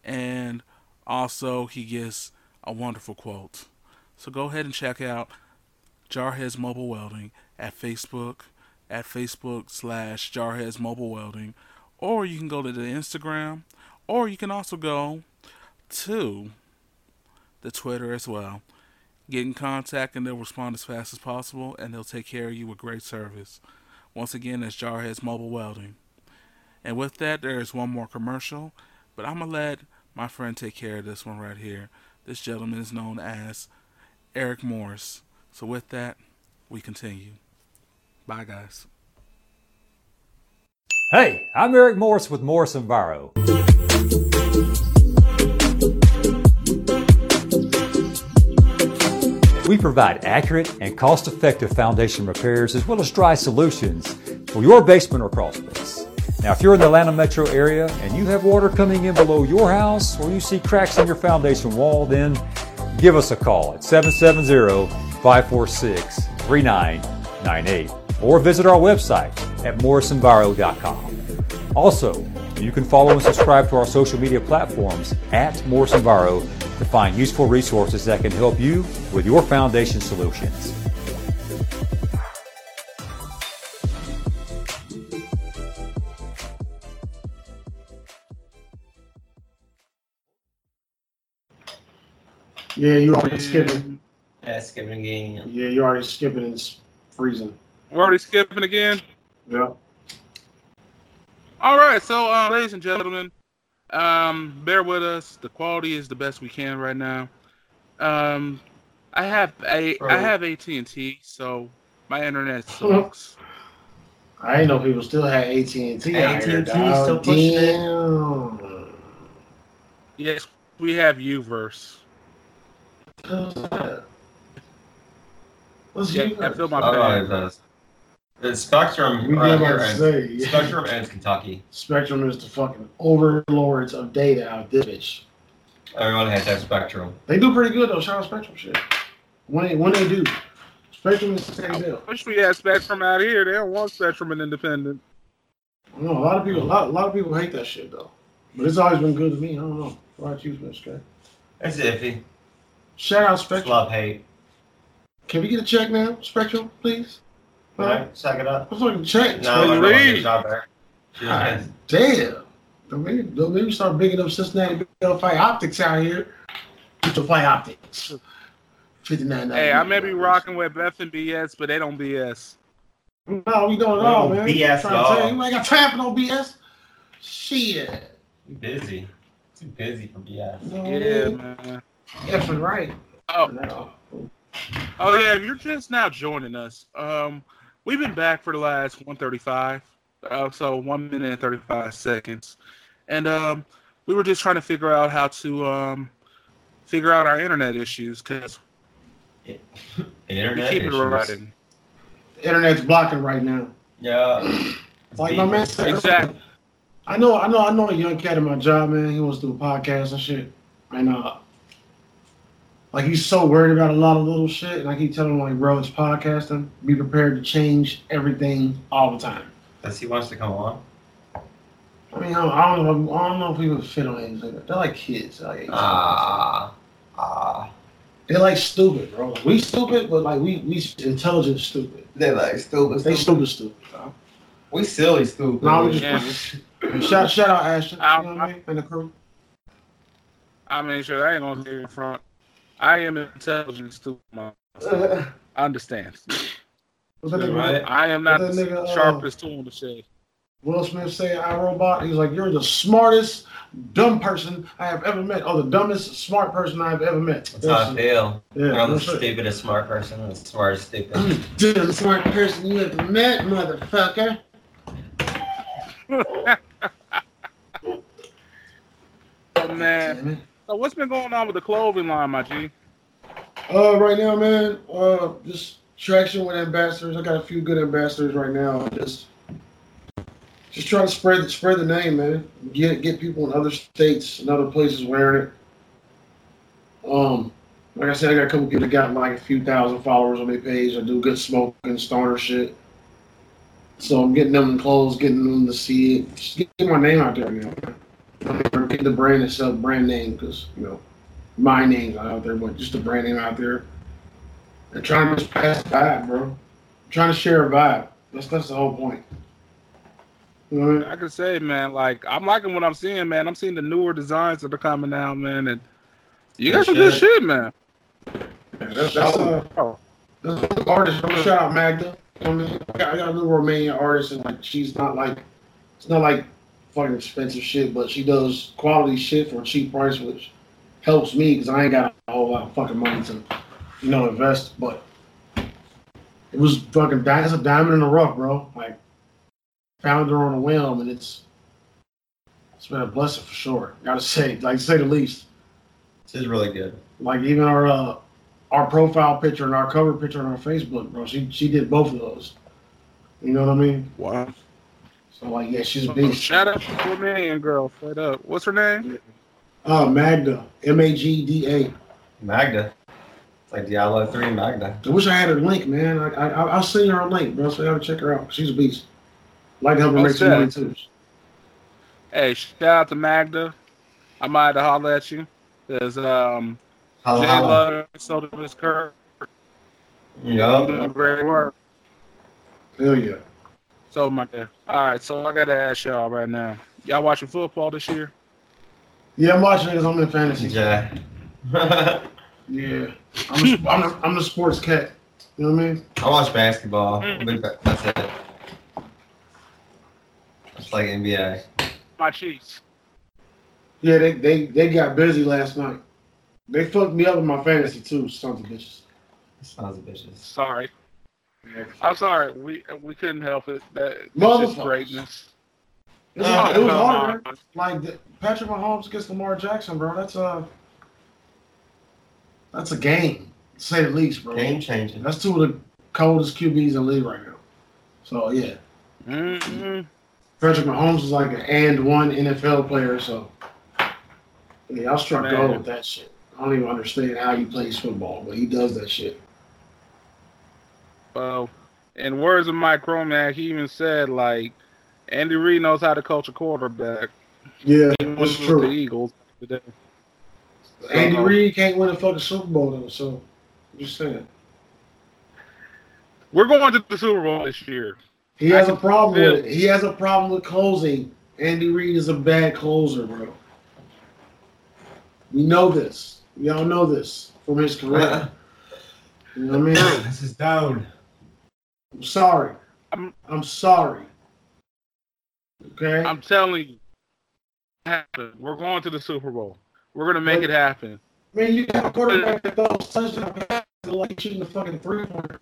[SPEAKER 2] and also he gives a wonderful quote. So go ahead and check out Jarhead's Mobile Welding at Facebook, at Facebook slash Jarhead's Mobile Welding, or you can go to the Instagram, or you can also go to the Twitter as well. Get in contact and they'll respond as fast as possible, and they'll take care of you with great service. Once again, that's Jarhead's Mobile Welding. And with that, there is one more commercial, but I'm gonna let my friend take care of this one right here. This gentleman is known as Eric Morris. So with that, we continue. Bye, guys.
[SPEAKER 5] Hey, I'm Eric Morris with Morris and Varro. We provide accurate and cost effective foundation repairs as well as dry solutions for your basement or crawl space. Now, if you're in the Atlanta metro area and you have water coming in below your house or you see cracks in your foundation wall, then give us a call at 770 546 3998 or visit our website at morrisonviro.com. Also, you can follow and subscribe to our social media platforms at Morrison Varro to find useful resources that can help you with your foundation solutions.
[SPEAKER 3] Yeah, you already skipping.
[SPEAKER 4] Yeah, skipping game.
[SPEAKER 3] Yeah, you already skipping and it's freezing.
[SPEAKER 2] We're already skipping again.
[SPEAKER 3] Yeah.
[SPEAKER 2] All right, so uh, ladies and gentlemen, um, bear with us. The quality is the best we can right now. Um, I have a I have AT and T, so my internet sucks.
[SPEAKER 3] I didn't know people still had AT and T.
[SPEAKER 4] AT&T still pushing it.
[SPEAKER 3] Damn.
[SPEAKER 2] yes, we have Uverse.
[SPEAKER 3] Who's that? What's
[SPEAKER 2] Yeah,
[SPEAKER 3] you
[SPEAKER 2] I feel my
[SPEAKER 4] Oh,
[SPEAKER 2] pain.
[SPEAKER 4] it does. The Spectrum,
[SPEAKER 3] We
[SPEAKER 4] right
[SPEAKER 3] never
[SPEAKER 4] here owns,
[SPEAKER 3] say.
[SPEAKER 4] Spectrum owns Kentucky.
[SPEAKER 3] Spectrum is the fucking overlords of data out this bitch.
[SPEAKER 4] Everyone has that spectrum.
[SPEAKER 3] They do pretty good though. Shout out Spectrum shit. When they, when they do, Spectrum is the same deal.
[SPEAKER 2] Wish we had Spectrum out here. They don't want Spectrum and Independent.
[SPEAKER 3] No, a lot of people, a lot, a lot of people hate that shit though. But it's always been good to me. I don't know. Why about you, Mr. K?
[SPEAKER 4] That's iffy.
[SPEAKER 3] Shout out
[SPEAKER 4] It's
[SPEAKER 3] Spectrum.
[SPEAKER 4] love hate.
[SPEAKER 3] Can we get a check now, Spectrum, please?
[SPEAKER 4] All right, suck it up.
[SPEAKER 3] I'm fucking check.
[SPEAKER 4] No, I
[SPEAKER 3] Spectrum.
[SPEAKER 4] don't
[SPEAKER 2] Reed.
[SPEAKER 4] want your job there. She was
[SPEAKER 3] God
[SPEAKER 4] nice.
[SPEAKER 3] damn. Don't make, don't make me start bigging up Cincinnati Big L Fight Optics out here. Get to Fight Optics. 59
[SPEAKER 2] Hey, I may be rocking with Beth and BS, but they don't BS.
[SPEAKER 3] No, we don't at all, man.
[SPEAKER 4] BS
[SPEAKER 3] Trying to tell
[SPEAKER 4] dog.
[SPEAKER 3] you, we ain't got time for no BS. Shit.
[SPEAKER 4] Too busy. Too busy for BS.
[SPEAKER 3] No,
[SPEAKER 2] Yeah,
[SPEAKER 4] Mm-hmm.
[SPEAKER 2] man.
[SPEAKER 3] Effing right.
[SPEAKER 2] Oh,
[SPEAKER 3] No.
[SPEAKER 2] oh yeah. If you're just now joining us, um, we've been back for the last 135, uh, so one minute and 35 seconds, and um, we were just trying to figure out how to um, figure out our internet issues because we
[SPEAKER 4] Internet
[SPEAKER 2] keep it
[SPEAKER 4] issues.
[SPEAKER 2] running.
[SPEAKER 3] The Internet's blocking right now.
[SPEAKER 4] Yeah.
[SPEAKER 3] Like my man said,
[SPEAKER 2] Exactly.
[SPEAKER 3] I know, I know, I know a young cat at my job, man. He wants to do a podcast and shit, and uh, like he's so worried about a lot of little shit. And I keep telling him, like, bro, it's podcasting. Be prepared to change everything all the time.
[SPEAKER 4] Does he wants to come on?
[SPEAKER 3] I mean, I don't, I don't know, I don't know if we would fit on anything. They're like kids. Like,
[SPEAKER 4] Ah. Ah.
[SPEAKER 3] they're like stupid, bro. Like, we stupid, but like we we intelligent stupid.
[SPEAKER 4] They like stupid.
[SPEAKER 3] They stupid stupid.
[SPEAKER 4] We silly stupid.
[SPEAKER 3] No, we just
[SPEAKER 2] Yeah.
[SPEAKER 3] shout shout out Ashton, you
[SPEAKER 2] Um,
[SPEAKER 3] know what I mean, and the crew.
[SPEAKER 2] I mean, sure, I ain't gonna stay in front. I am intelligent, stupid. man. I understand.
[SPEAKER 3] What's that nigga?
[SPEAKER 4] Right.
[SPEAKER 2] I am not the
[SPEAKER 3] That nigga, uh,
[SPEAKER 2] sharpest tool in the shed.
[SPEAKER 3] Will Smith said, "I Robot." He's like, "You're the smartest dumb person I have ever met, or the dumbest smart person I have ever met."
[SPEAKER 4] That's how I
[SPEAKER 3] it.
[SPEAKER 4] feel.
[SPEAKER 3] Yeah,
[SPEAKER 4] I'm the
[SPEAKER 3] that's it.
[SPEAKER 4] stupidest smart person. I'm the smartest stupid.
[SPEAKER 3] I'm the dumbest smart person you ever met, motherfucker.
[SPEAKER 2] Man,
[SPEAKER 3] Damn it.
[SPEAKER 2] so what's been going on with the clothing line, my G?
[SPEAKER 3] Uh, right now, man, uh, just traction with ambassadors. I got a few good ambassadors right now. Just, just trying to spread spread the name, man. Get get people in other states and other places wearing it. Um, like I said, I got a couple people that got like a few thousand followers on their page. I do good smoking stoner shit. So I'm getting them clothes, getting them to see it, just get my name out there now. man. Get the brand itself, brand name, because you know my name's not out there, but just the brand name out there. And trying to just pass the vibe, bro. Trying to share a vibe. That's that's the whole point. You know what I mean?
[SPEAKER 2] I can say, man, like I'm liking what I'm seeing, man. I'm seeing the newer designs that are coming out, man, and you got some good shit, man.
[SPEAKER 3] That's, that's, uh,
[SPEAKER 2] Oh,
[SPEAKER 3] that's the artist. I'm gonna shout out Magda. You know what I mean? I got, I got a new Romanian artist, and like she's not like it's not like fucking expensive shit, but she does quality shit for a cheap price, which helps me because I ain't got a whole lot of fucking money to you know invest. But it was fucking di- it's a diamond in the rough, bro. Like found her on a whim, and it's it's been a blessing for sure. Gotta say, like to say the least
[SPEAKER 4] This is really good.
[SPEAKER 3] like even our uh, our profile picture and our cover picture on our Facebook, bro. She she did both of those. You know what I mean?
[SPEAKER 2] wow.
[SPEAKER 3] So like, yeah, she's
[SPEAKER 2] So,
[SPEAKER 3] big.
[SPEAKER 2] shout out to Romanian girl, straight up. What's her name?
[SPEAKER 3] Uh, Magda, M A G D A.
[SPEAKER 4] Magda. It's like Diablo 3 Magda.
[SPEAKER 3] I wish I had her link, man. I I I- I'll send you her link, bro. So y'all check her out. She's a beast. Like to help her
[SPEAKER 2] Oh,
[SPEAKER 3] make some
[SPEAKER 2] shit.
[SPEAKER 3] money too.
[SPEAKER 2] Hey, shout out to Magda. I might have to holler at you. Cause um, Jay
[SPEAKER 3] Uh-huh.
[SPEAKER 4] Hello. hello.
[SPEAKER 2] Love, so does Miss Kirk, doing
[SPEAKER 4] Yup.
[SPEAKER 2] great work.
[SPEAKER 3] Hell yeah.
[SPEAKER 2] So my guy. All right, so I gotta ask y'all right now. Y'all watching football this year?
[SPEAKER 3] Yeah, I'm watching it 'cause I'm in fantasy.
[SPEAKER 4] Jay.
[SPEAKER 3] Yeah, I'm a, I'm, a, I'm a sports cat. You know what I mean?
[SPEAKER 4] I watch basketball.
[SPEAKER 2] Mm.
[SPEAKER 4] I think that- That's it. It's like NBA.
[SPEAKER 2] My Chiefs.
[SPEAKER 3] Yeah, they they they got busy last night. They fucked me up in my fantasy too. Sons of bitches.
[SPEAKER 4] Sounds vicious.
[SPEAKER 2] Sorry,
[SPEAKER 3] Yeah.
[SPEAKER 2] I'm sorry. We we couldn't help it. That it's just
[SPEAKER 3] Motherfuckers.
[SPEAKER 2] greatness.
[SPEAKER 3] It was, hard- it was
[SPEAKER 2] Oh,
[SPEAKER 3] hard.
[SPEAKER 2] come on.
[SPEAKER 3] Like th- Patrick Mahomes against Lamar Jackson, bro. That's a that's a game, to say the least, bro.
[SPEAKER 4] Game changing.
[SPEAKER 3] That's two of the coldest QBs in the league right now. So yeah,
[SPEAKER 2] Mm-mm.
[SPEAKER 3] Patrick Mahomes is like an and one NFL player. So Yeah, I struck
[SPEAKER 2] Man.
[SPEAKER 3] gold with that shit. I don't even understand how he plays football, but he does that shit.
[SPEAKER 2] Well, in words of Mike Cromack, he even said like Andy Reid knows how to coach a quarterback.
[SPEAKER 3] Yeah,
[SPEAKER 2] Even
[SPEAKER 3] that's
[SPEAKER 2] with The
[SPEAKER 3] true.
[SPEAKER 2] Eagles. today.
[SPEAKER 3] Andy
[SPEAKER 2] Uh-oh.
[SPEAKER 3] Reid can't win a fucking Super Bowl though, so I'm just saying.
[SPEAKER 2] We're going to the Super Bowl this year.
[SPEAKER 3] He has a problem with it. He has a problem with closing. Andy Reid is a bad closer, bro. We know this. Y'all know this from his career. You know what I mean?
[SPEAKER 4] this is down.
[SPEAKER 3] I'm sorry.
[SPEAKER 2] I'm-
[SPEAKER 3] I'm sorry. Okay?
[SPEAKER 2] I'm telling you, it happened. We're going to the Super Bowl. We're gonna make it happen.
[SPEAKER 3] Man, you got a quarterback that throws touchdown passes like shooting the fucking three pointer.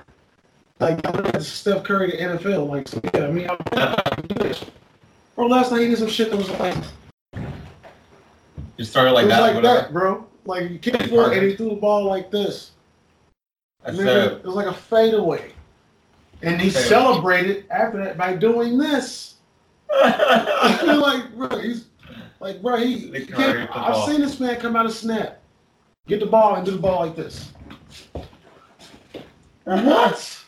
[SPEAKER 3] Like I look at Steph Curry in the NFL. Like, so, yeah, I mean, I'm do this. Bro, last night he did some shit that was like,
[SPEAKER 4] Just throw it
[SPEAKER 3] it
[SPEAKER 4] like
[SPEAKER 3] was
[SPEAKER 4] that.
[SPEAKER 3] like
[SPEAKER 4] whatever.
[SPEAKER 3] that, bro. Like you can't throw it, and he threw the ball like this.
[SPEAKER 4] That's
[SPEAKER 3] Nigga,
[SPEAKER 4] dope.
[SPEAKER 3] it was like a fadeaway. And he
[SPEAKER 4] Fadeaway.
[SPEAKER 3] celebrated after that by doing this. like, bro, he's like, bro, he,
[SPEAKER 4] They
[SPEAKER 3] he
[SPEAKER 4] can't
[SPEAKER 3] can't-
[SPEAKER 4] get the
[SPEAKER 3] I've
[SPEAKER 4] ball.
[SPEAKER 3] seen this man come out of snap, get the ball and do the ball like this. What?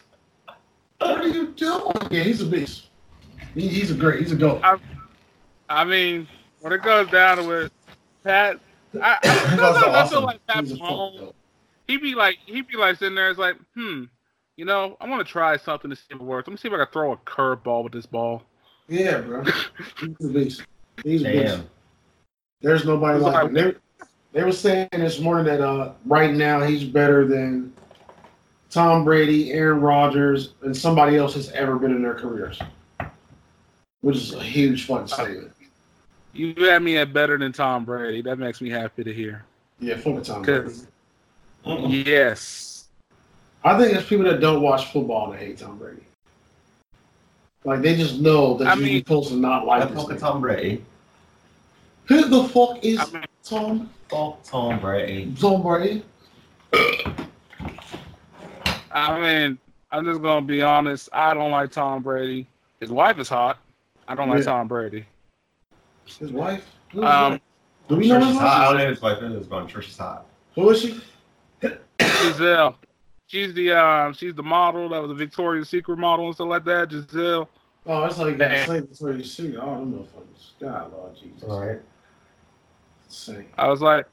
[SPEAKER 3] what are you doing? Yeah, he's a beast. He, he's a great. He's a goat.
[SPEAKER 2] I mean, when it goes down to it, Pat, I, I, sometimes
[SPEAKER 4] That's
[SPEAKER 2] I feel
[SPEAKER 4] awesome.
[SPEAKER 2] like Pat
[SPEAKER 3] He's a fucking
[SPEAKER 2] Mahomes.
[SPEAKER 3] goat.
[SPEAKER 2] he be like he be like sitting there. It's like, hmm, you know, I want to try something to see if it works. Let me see if I can throw a curveball with this ball.
[SPEAKER 3] Yeah, bro. He's a beast. He's a beast.
[SPEAKER 4] Damn.
[SPEAKER 3] There's nobody
[SPEAKER 2] It's
[SPEAKER 3] like
[SPEAKER 2] like-
[SPEAKER 3] him. They, they were saying this morning that uh, right now he's better than Tom Brady, Aaron Rodgers, and somebody else has ever been in their careers, which is a huge fucking statement.
[SPEAKER 2] You had me at better than Tom Brady. That makes me happy to hear.
[SPEAKER 3] Yeah, fucking Tom Brady.
[SPEAKER 2] 'Cause-
[SPEAKER 4] Mm-mm.
[SPEAKER 2] Yes,
[SPEAKER 3] I think it's people that don't watch football that hate Tom Brady. Like they just know that
[SPEAKER 2] I
[SPEAKER 3] you're
[SPEAKER 2] mean-
[SPEAKER 3] supposed to not like
[SPEAKER 4] That
[SPEAKER 3] this.
[SPEAKER 4] fucking
[SPEAKER 3] nigga.
[SPEAKER 4] Tom Brady.
[SPEAKER 3] Who the fuck is
[SPEAKER 2] I mean,
[SPEAKER 3] Tom
[SPEAKER 4] Fuck Tom Brady.
[SPEAKER 3] Tom Brady?
[SPEAKER 2] I mean, I'm just gonna be honest. I don't like Tom Brady. His wife is hot. I don't like
[SPEAKER 3] Yeah. Mm-hmm.
[SPEAKER 2] Tom Brady.
[SPEAKER 3] His wife? Who is
[SPEAKER 2] Um,
[SPEAKER 3] that? Do we
[SPEAKER 4] Sure
[SPEAKER 3] know
[SPEAKER 4] she's
[SPEAKER 3] his
[SPEAKER 4] hot. I
[SPEAKER 3] wife?
[SPEAKER 4] don't know if it's my business, but I'm sure she's hot.
[SPEAKER 3] Who is she?
[SPEAKER 2] Giselle. She's the um, she's the model that was a Victoria's Secret model and stuff like that. Giselle.
[SPEAKER 3] Oh, it's like that
[SPEAKER 2] Man.
[SPEAKER 3] same before you see all them motherfuckers. God, Lord Jesus. Insane.
[SPEAKER 2] I was like,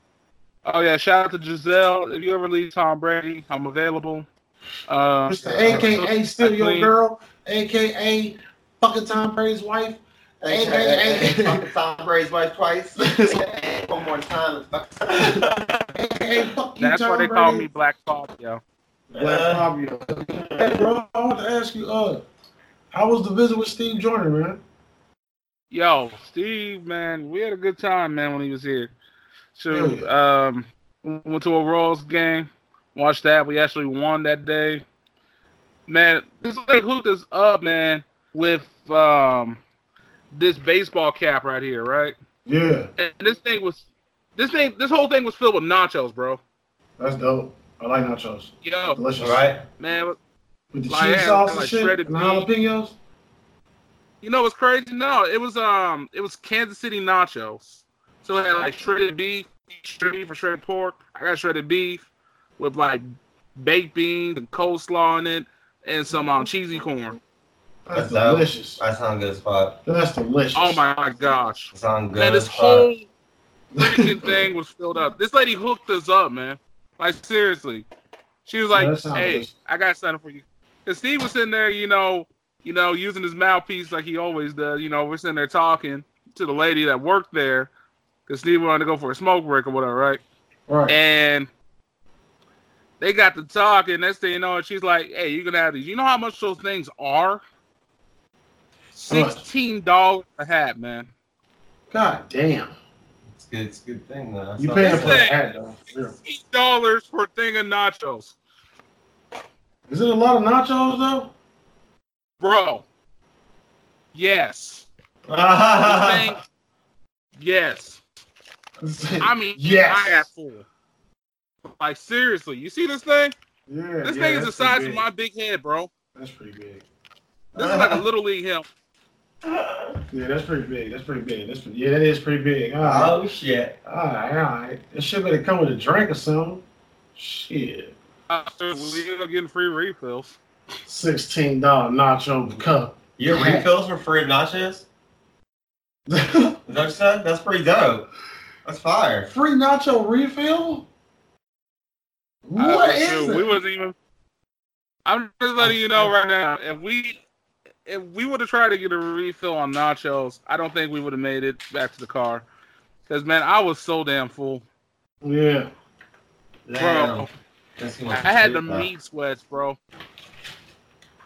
[SPEAKER 2] oh yeah, shout out to Giselle. If you ever leave Tom Brady, I'm available. Uh,
[SPEAKER 3] Mr. AKA still your
[SPEAKER 2] Clean.
[SPEAKER 3] girl, AKA fucking Tom Brady's wife,
[SPEAKER 4] Hey,
[SPEAKER 3] AKA
[SPEAKER 4] fucking Tom Brady's wife twice. One more time.
[SPEAKER 3] AKA fuck you,
[SPEAKER 2] That's why
[SPEAKER 3] Tom
[SPEAKER 2] they
[SPEAKER 3] Brady.
[SPEAKER 2] call me Black Fabio.
[SPEAKER 3] Black Fabio. Hey, bro, I want to ask you, uh, how was the visit with Steve Joyner, man?
[SPEAKER 2] Yo, Steve, man, we had a good time, man, when he was here. So,
[SPEAKER 3] Hell
[SPEAKER 2] um, went to a Royals game, watched that. We actually won that day. Man, this like hooked us up, man, with um this baseball cap right here, right?
[SPEAKER 3] Yeah,
[SPEAKER 2] And this thing was, this thing, this whole thing was filled with nachos, bro.
[SPEAKER 3] that's dope. I like nachos.
[SPEAKER 2] Yo,
[SPEAKER 3] Delicious.
[SPEAKER 4] Right?
[SPEAKER 2] man,
[SPEAKER 3] With the
[SPEAKER 2] Like,
[SPEAKER 3] cheese
[SPEAKER 2] yeah,
[SPEAKER 3] sauce and
[SPEAKER 2] like
[SPEAKER 3] shit,
[SPEAKER 2] shredded
[SPEAKER 3] and the jalapenos.
[SPEAKER 2] You know what's crazy? No, it was um, it was Kansas City nachos. So it had like shredded beef, shredded beef or shredded pork. I got shredded beef with like baked beans and coleslaw in it, and some um, cheesy corn.
[SPEAKER 3] That's
[SPEAKER 4] That's dope.
[SPEAKER 3] delicious.
[SPEAKER 4] That sounds good as fuck.
[SPEAKER 3] That's delicious.
[SPEAKER 2] Oh my gosh!
[SPEAKER 4] That sounds good
[SPEAKER 2] Man, this
[SPEAKER 4] as fuck.
[SPEAKER 2] whole freaking thing was filled up. This lady hooked us up, man. Like seriously, she was
[SPEAKER 3] Yeah,
[SPEAKER 2] like,
[SPEAKER 3] that sounds
[SPEAKER 2] "Hey,
[SPEAKER 3] good.
[SPEAKER 2] I got something for you." And Steve was sitting there, you know, you know, using his mouthpiece like he always does. You know, we're sitting there talking to the lady that worked there because Steve wanted to go for a smoke break or whatever, right?
[SPEAKER 3] Right.
[SPEAKER 2] And they got to talk, and next thing you know, she's like, "Hey, you can have these. You know how much those things are?
[SPEAKER 3] How much?
[SPEAKER 2] Sixteen dollars a hat, man."
[SPEAKER 3] God damn.
[SPEAKER 4] It's good. It's a good thing though. That's
[SPEAKER 3] You
[SPEAKER 4] not
[SPEAKER 3] paying
[SPEAKER 4] bad.
[SPEAKER 3] for a hat, though. for real.
[SPEAKER 2] Sixteen dollars for a thing of nachos.
[SPEAKER 3] Is it a lot of nachos though?
[SPEAKER 2] Bro. Yes. This thing- yes. I mean,
[SPEAKER 3] Yes.
[SPEAKER 2] I got four. Like, seriously, you see this thing?
[SPEAKER 3] yeah,
[SPEAKER 2] This
[SPEAKER 3] yeah,
[SPEAKER 2] thing is
[SPEAKER 3] that's
[SPEAKER 2] the
[SPEAKER 3] pretty
[SPEAKER 2] size
[SPEAKER 3] big.
[SPEAKER 2] of my big head, bro.
[SPEAKER 3] That's pretty big.
[SPEAKER 2] This is like a little league him.
[SPEAKER 3] Yeah, that's pretty big. That's pretty big. That's pretty, yeah, that is pretty big. All right,
[SPEAKER 4] Oh shit.
[SPEAKER 3] all right, all right. That shit better come with a drink or something. Shit,
[SPEAKER 2] we end up getting free refills.
[SPEAKER 3] sixteen dollar nacho cup.
[SPEAKER 4] Your
[SPEAKER 3] Yeah.
[SPEAKER 4] refills were free of nachos?
[SPEAKER 3] Free
[SPEAKER 4] Is that what you said? That's pretty dope. That's fire.
[SPEAKER 3] nacho refill.
[SPEAKER 2] I
[SPEAKER 3] What
[SPEAKER 2] was-
[SPEAKER 3] is
[SPEAKER 2] dude,
[SPEAKER 3] it?
[SPEAKER 2] We wasn't even. I'm just letting you know right now. If we if we would have tried to get a refill on nachos, I don't think we would have made it back to the car. Cause man, I was so damn full,
[SPEAKER 3] yeah,
[SPEAKER 2] bro.
[SPEAKER 4] That's too
[SPEAKER 2] I
[SPEAKER 4] much
[SPEAKER 2] had the
[SPEAKER 4] food, though.
[SPEAKER 2] meat sweats, bro.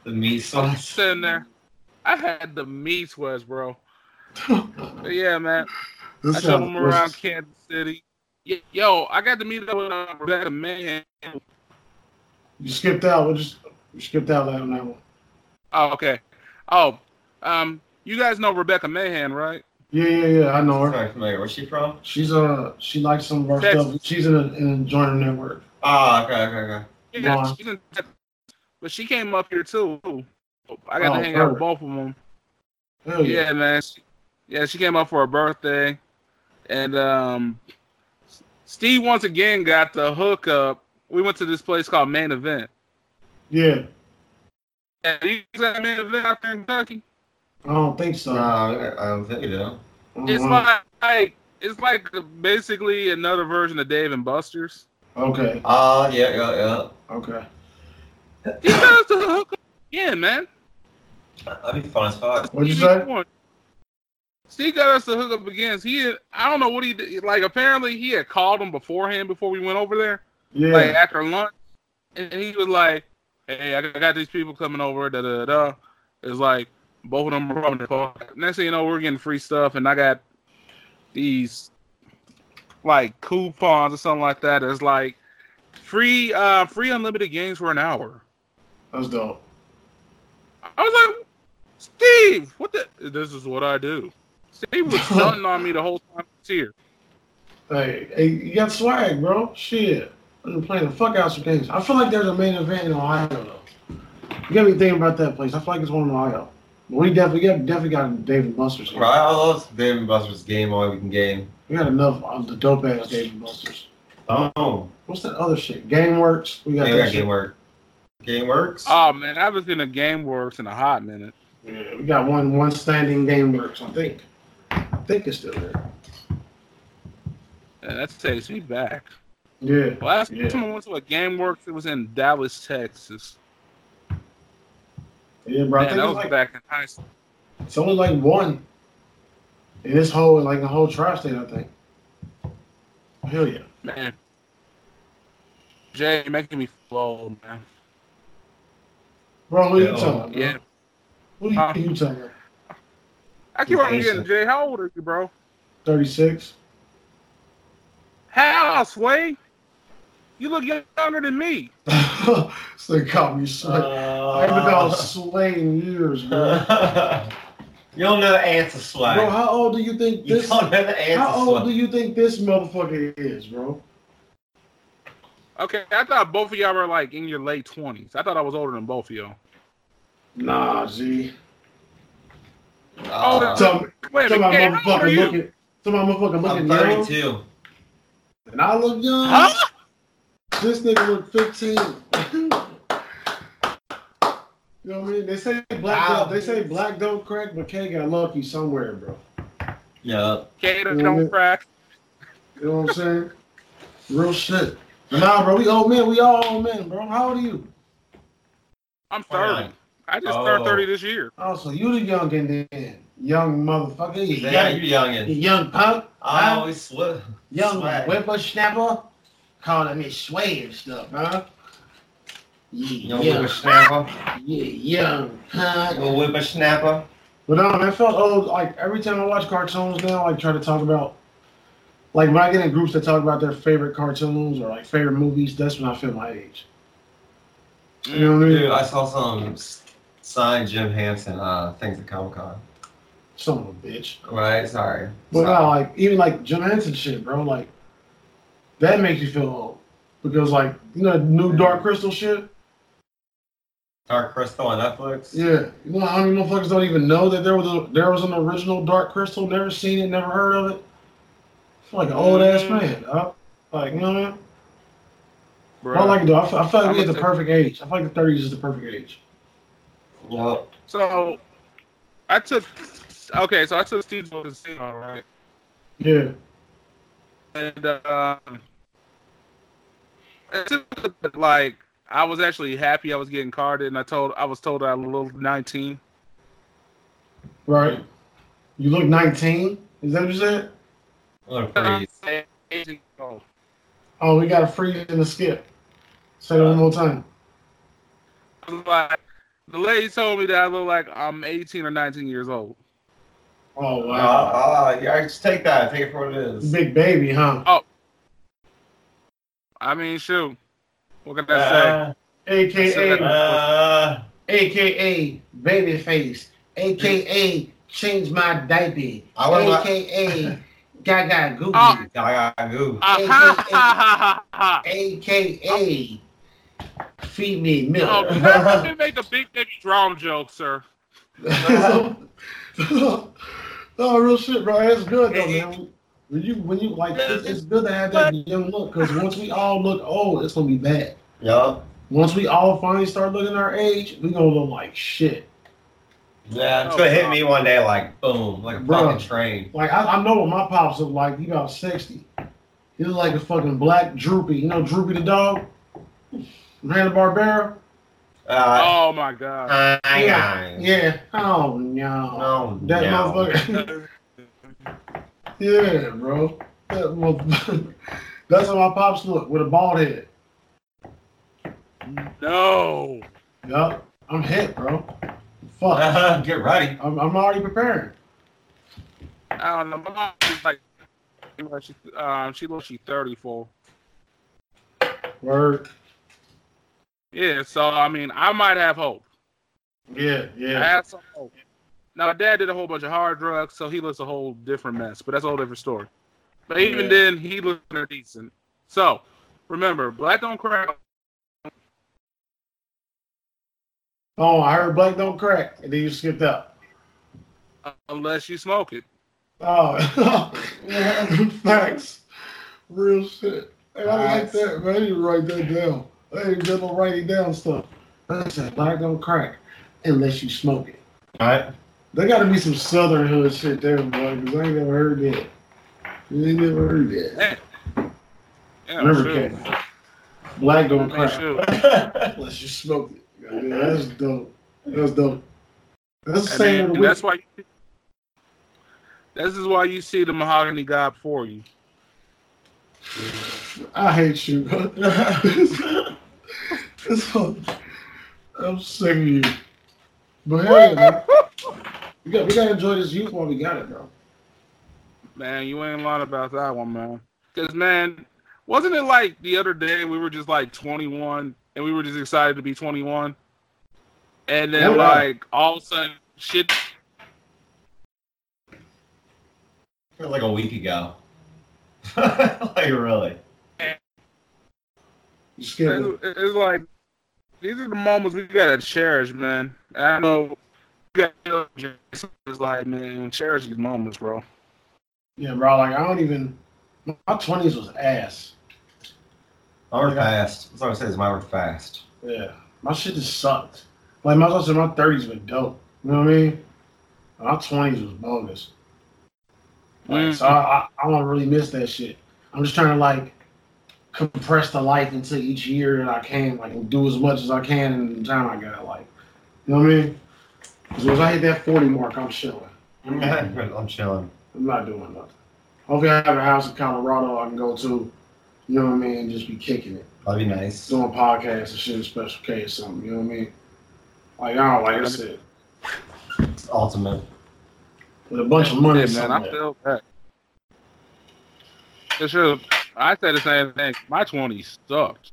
[SPEAKER 4] The meat
[SPEAKER 2] I'm
[SPEAKER 4] sauce.
[SPEAKER 2] sitting there. I had the meat sweats, bro. But yeah, man.
[SPEAKER 3] This
[SPEAKER 2] I
[SPEAKER 3] sounds
[SPEAKER 2] showed them around
[SPEAKER 3] delicious.
[SPEAKER 2] Kansas City. Ye- Yo, I got to meet up with uh, Rebecca Mayhem.
[SPEAKER 3] You skipped out. We just you skipped out on that one.
[SPEAKER 2] Oh, okay. Oh, um, you guys know Rebecca Mayhem, right?
[SPEAKER 3] Yeah, yeah, yeah. I know
[SPEAKER 4] I'm
[SPEAKER 3] her.
[SPEAKER 4] not familiar. Where's she from?
[SPEAKER 3] She's uh, she likes some of our
[SPEAKER 2] Texas.
[SPEAKER 3] stuff. She's in a, in a joiner network.
[SPEAKER 4] Ah, okay, okay, okay.
[SPEAKER 2] Yeah,
[SPEAKER 3] Why?
[SPEAKER 2] she's in Texas. but she came up here too. I got
[SPEAKER 3] Oh,
[SPEAKER 2] to hang out with
[SPEAKER 3] perfect.
[SPEAKER 2] both of them.
[SPEAKER 3] Hell Oh, yeah.
[SPEAKER 2] Yeah, man. She- yeah, she came up for her birthday, and um, Steve once again got the hookup. We went to this place called Main Event.
[SPEAKER 3] Yeah.
[SPEAKER 2] Yeah, you guys at Main Event out there in Kentucky?
[SPEAKER 3] I don't think so.
[SPEAKER 4] No, I don't think you do.
[SPEAKER 3] I don't
[SPEAKER 2] It's
[SPEAKER 3] wanna-
[SPEAKER 2] like, like it's like basically another version of Dave and Buster's.
[SPEAKER 3] Okay.
[SPEAKER 4] Ah, yeah, yeah, yeah.
[SPEAKER 3] Okay.
[SPEAKER 2] He does the hookup. Yeah, man.
[SPEAKER 4] That'd be fun as fuck.
[SPEAKER 3] What'd you
[SPEAKER 2] Stevie
[SPEAKER 3] say?
[SPEAKER 2] Warren. Steve got us to hook up against. He, I don't know what he did. Like apparently he had called him beforehand before we went over there,
[SPEAKER 3] Yeah.
[SPEAKER 2] like after lunch, and he was like, "Hey, I got these people coming over." Da da da. It's like both of them are from the car. Next thing you know, we're getting free stuff, and I got these like coupons or something like that. It's like free, uh, free unlimited games for an hour.
[SPEAKER 3] That's dope.
[SPEAKER 2] I was like, Steve, what the? This is what I do. Steve was stunting on me the whole time he was here.
[SPEAKER 3] Hey, hey, you got swag, bro. Shit. I've been playing the fuck out some games. I feel like there's a main event in Ohio though. You got me thinking about that place. I feel like it's one in Ohio. But we definitely got definitely got David Buster's. here.
[SPEAKER 4] Right, I love Dave and Buster's game all we can game.
[SPEAKER 3] We got enough of the dope ass David Buster's.
[SPEAKER 4] Oh,
[SPEAKER 3] What's that other shit? GameWorks. We got
[SPEAKER 4] yeah, we
[SPEAKER 3] that
[SPEAKER 4] got
[SPEAKER 3] shit.
[SPEAKER 4] game work. Game works.
[SPEAKER 2] Oh man, I haven't seen a GameWorks in a hot minute.
[SPEAKER 3] Yeah, we got one one standing GameWorks. I think. I think it's still there.
[SPEAKER 2] Yeah, that takes me back.
[SPEAKER 3] Yeah.
[SPEAKER 2] Last
[SPEAKER 3] Yeah.
[SPEAKER 2] time I went to a GameWorks, it was in Dallas, Texas.
[SPEAKER 3] Yeah, bro. I
[SPEAKER 2] Man,
[SPEAKER 3] think
[SPEAKER 2] that
[SPEAKER 3] it's
[SPEAKER 2] was
[SPEAKER 3] like
[SPEAKER 2] back in high school.
[SPEAKER 3] It's only like one in this whole like the whole tri-state, I think. Hell yeah.
[SPEAKER 2] Man, Jay, you're making me feel old, man.
[SPEAKER 3] Bro, who are you
[SPEAKER 4] Yeah.
[SPEAKER 3] telling?
[SPEAKER 2] Yeah,
[SPEAKER 3] Who are you,
[SPEAKER 2] Huh?
[SPEAKER 3] who you telling?
[SPEAKER 2] I keep on
[SPEAKER 4] Amazing.
[SPEAKER 2] getting Jay. How old are you, bro?
[SPEAKER 3] 36?
[SPEAKER 2] How, Sway? You look younger than me.
[SPEAKER 3] so caught me sweating. I haven't
[SPEAKER 2] Uh.
[SPEAKER 3] got Slay in years, bro.
[SPEAKER 4] you don't know the answer, Swag.
[SPEAKER 3] Bro, how old do you think
[SPEAKER 4] you
[SPEAKER 3] this
[SPEAKER 4] don't know the
[SPEAKER 3] how
[SPEAKER 4] answer,
[SPEAKER 3] old do
[SPEAKER 4] Swag.
[SPEAKER 3] you think this motherfucker is, bro?
[SPEAKER 2] Okay, I thought both of y'all were like in your late twenties. I thought I was older than both of y'all.
[SPEAKER 3] Nah, G.
[SPEAKER 4] Uh,
[SPEAKER 2] so-
[SPEAKER 3] Tell me,
[SPEAKER 2] Wait a
[SPEAKER 3] tell my
[SPEAKER 2] minute, Gabe, how old are
[SPEAKER 3] motherfucker
[SPEAKER 2] you?
[SPEAKER 3] looking. Tell my motherfucker
[SPEAKER 4] I'm
[SPEAKER 3] looking young,
[SPEAKER 4] 32.
[SPEAKER 3] and I look young.
[SPEAKER 2] Huh?
[SPEAKER 3] This nigga look 15. you know what I mean? They say black
[SPEAKER 4] Wow.
[SPEAKER 3] don't, they say black don't crack, but K got lucky somewhere, bro.
[SPEAKER 4] Yeah.
[SPEAKER 2] Gator
[SPEAKER 3] Mhm.
[SPEAKER 2] don't crack.
[SPEAKER 3] You know what I'm saying? Real shit. Nah, bro, we old men. We all old men, bro. How old are you?
[SPEAKER 2] I'm thirty. I just
[SPEAKER 4] Oh.
[SPEAKER 2] turned thirty this year.
[SPEAKER 3] Oh, so you the young and then young motherfucker. You
[SPEAKER 4] Yeah,
[SPEAKER 3] young,
[SPEAKER 4] you
[SPEAKER 3] you
[SPEAKER 4] youngin.
[SPEAKER 3] young punk,
[SPEAKER 4] I
[SPEAKER 3] Huh?
[SPEAKER 4] always slip.
[SPEAKER 3] young
[SPEAKER 4] Swag.
[SPEAKER 3] whippersnapper, calling me sway and stuff, huh? Yeah,
[SPEAKER 4] Young
[SPEAKER 3] young,
[SPEAKER 4] whippersnapper.
[SPEAKER 3] yeah, young punk.
[SPEAKER 4] Young whippersnapper.
[SPEAKER 3] But no, man, I felt old. Like every time I watch cartoons now, I try to talk about, like when I get in groups that talk about their favorite cartoons or like favorite movies, that's when I feel my age. You know what I mean?
[SPEAKER 4] Dude, I saw some s- signed Jim Hansen uh, things at Comic Con.
[SPEAKER 3] Son of a bitch.
[SPEAKER 4] Right? Sorry.
[SPEAKER 3] But
[SPEAKER 4] Sorry.
[SPEAKER 3] no, like even like Jim Henson shit, bro. Like that makes you feel old because like you know new Dark Crystal shit.
[SPEAKER 4] Dark Crystal on Netflix.
[SPEAKER 3] Yeah, you know how many motherfuckers don't even know that there was a there was an original Dark Crystal, never seen it, never heard of it. It's like an old ass man. Huh? Like you know what I mean?
[SPEAKER 2] bro.
[SPEAKER 3] But I like it though. I feel, I feel
[SPEAKER 2] I
[SPEAKER 3] like we at
[SPEAKER 2] looked
[SPEAKER 3] the
[SPEAKER 2] at-
[SPEAKER 3] perfect age. I feel like the 30s is the perfect age.
[SPEAKER 4] Well,
[SPEAKER 2] so I took okay, so I took Steve to the casino, right?
[SPEAKER 3] Yeah.
[SPEAKER 2] And uh, like I was actually happy I was getting carded, and I told I was told I was nineteen.
[SPEAKER 3] Right. You look 19. Is that what you said?
[SPEAKER 4] look pretty.
[SPEAKER 3] Oh, we got a freeze and a skip. Say that one more time.
[SPEAKER 2] like, the lady told me that I look like I'm 18 or 19 years old.
[SPEAKER 3] Oh
[SPEAKER 4] Uh,
[SPEAKER 3] wow.
[SPEAKER 4] uh, yeah, I just take that. Take it for what it is.
[SPEAKER 3] Big baby, huh?
[SPEAKER 2] I mean, shoot, what can I say?
[SPEAKER 4] Uh,
[SPEAKER 3] AKA
[SPEAKER 4] uh,
[SPEAKER 3] AKA baby face. AKA change my diaper.
[SPEAKER 4] I wanna la-
[SPEAKER 3] AKA Gaga Goofy.
[SPEAKER 2] Oh.
[SPEAKER 4] I got goo.
[SPEAKER 2] Ah,
[SPEAKER 3] hey,
[SPEAKER 2] ha,
[SPEAKER 3] hey,
[SPEAKER 2] ha, ha, ha, ha.
[SPEAKER 3] AKA Feed me
[SPEAKER 2] Oh,
[SPEAKER 3] milk.
[SPEAKER 2] let me make the big nigga drum joke, sir.
[SPEAKER 3] no, real shit, bro. That's good though, man. When you when you like, it's, it's good to have that young look because once we all look old, it's gonna be bad.
[SPEAKER 4] Yup.
[SPEAKER 3] Once we all finally start looking our age, we gonna look like shit.
[SPEAKER 4] Yeah, it's gonna hit me one day like boom, like a
[SPEAKER 3] Bruh.
[SPEAKER 4] fucking train.
[SPEAKER 3] Like I, I know what my pops look like. He about sixty. He look like a fucking black droopy. You know Droopy the dog, Hanna Barbera.
[SPEAKER 4] Uh,
[SPEAKER 2] Oh my god.
[SPEAKER 4] yeah.
[SPEAKER 3] Yeah. Oh
[SPEAKER 4] No,
[SPEAKER 3] no. That
[SPEAKER 4] no.
[SPEAKER 3] motherfucker. yeah, bro. That motherfucker. That's how my pops look with a bald head.
[SPEAKER 2] No.
[SPEAKER 3] Yup. I'm hit, bro. Fuck.
[SPEAKER 4] Get ready.
[SPEAKER 3] I'm, I'm already preparing.
[SPEAKER 2] I don't know. My mom is like, you know, she, um, she looks she's 34.
[SPEAKER 3] Word.
[SPEAKER 2] Yeah, so I mean, I might have hope.
[SPEAKER 3] Yeah.
[SPEAKER 2] I
[SPEAKER 3] Yeah.
[SPEAKER 2] have some hope. Now, my dad did a whole bunch of hard drugs, so he looks a whole different mess. But that's a whole different story. But even
[SPEAKER 4] Yeah.
[SPEAKER 2] then, he looked pretty decent. So, remember, black don't crack.
[SPEAKER 3] Oh, I heard Blake don't crack, and then you skipped out.
[SPEAKER 2] unless you smoke it.
[SPEAKER 3] Oh, facts. Real shit. Hey, I like
[SPEAKER 4] Facts.
[SPEAKER 3] that, man. I need to write that down. I ain't good on writing down stuff. Listen, black don't crack unless you smoke it.
[SPEAKER 4] Alright.
[SPEAKER 3] There got to be some Southern hood shit there, boy, because I ain't never heard that. I ain't never heard that.
[SPEAKER 2] Yeah, yeah
[SPEAKER 3] Remember,
[SPEAKER 2] sure.
[SPEAKER 3] Kevin, black don't
[SPEAKER 2] I mean,
[SPEAKER 3] crack
[SPEAKER 2] sure.
[SPEAKER 3] unless you smoke it. Yeah, that's dope. That's dope. That's the
[SPEAKER 2] And
[SPEAKER 3] same
[SPEAKER 2] then-
[SPEAKER 3] with
[SPEAKER 2] and
[SPEAKER 3] the
[SPEAKER 2] that's why. You, this is why you see the mahogany guy before you.
[SPEAKER 3] I hate you. it's, I'm sick of you. But hey, man, we got we gotta enjoy this youth while we got it, bro.
[SPEAKER 2] Man, you ain't lying about that one, man. Because man, wasn't it like the other day we were just like 21 and we were just excited to be 21, and then
[SPEAKER 3] Yeah.
[SPEAKER 2] like all of a sudden shit.
[SPEAKER 4] It was like a week ago. like really.
[SPEAKER 3] You scared me.
[SPEAKER 2] It's, it's like these are the moments we gotta cherish, man. And I know. you gotta- It's like, man, cherish these moments, bro.
[SPEAKER 3] Yeah, bro. Like I don't even. My twenties was ass.
[SPEAKER 4] Mine were
[SPEAKER 3] Yeah.
[SPEAKER 4] fast. That's what I said is mine were fast.
[SPEAKER 3] Yeah, my shit just sucked. Like my also my thirties were dope. You know what I mean? My twenties was bogus. Like, So I, I, I don't really miss that shit. I'm just trying to like compress the life into each year that I can, like do as much as I can in the time I got. Like, you know what I mean? Because once I hit that 40 mark, I'm chilling. I'm not,
[SPEAKER 4] I'm chilling.
[SPEAKER 3] I'm not doing nothing. Hopefully, I have a house in Colorado I can go to. You know what I mean? and Just be kicking it,
[SPEAKER 4] That'd be nice.
[SPEAKER 3] doing podcasts and shit, special K or something. You know what I mean? Like I don't like I said,
[SPEAKER 4] It's ultimate.
[SPEAKER 3] with a bunch of money.
[SPEAKER 2] Yeah, man, I
[SPEAKER 3] somewhere.
[SPEAKER 2] feel that. For sure. I said the same thing. My 20s sucked.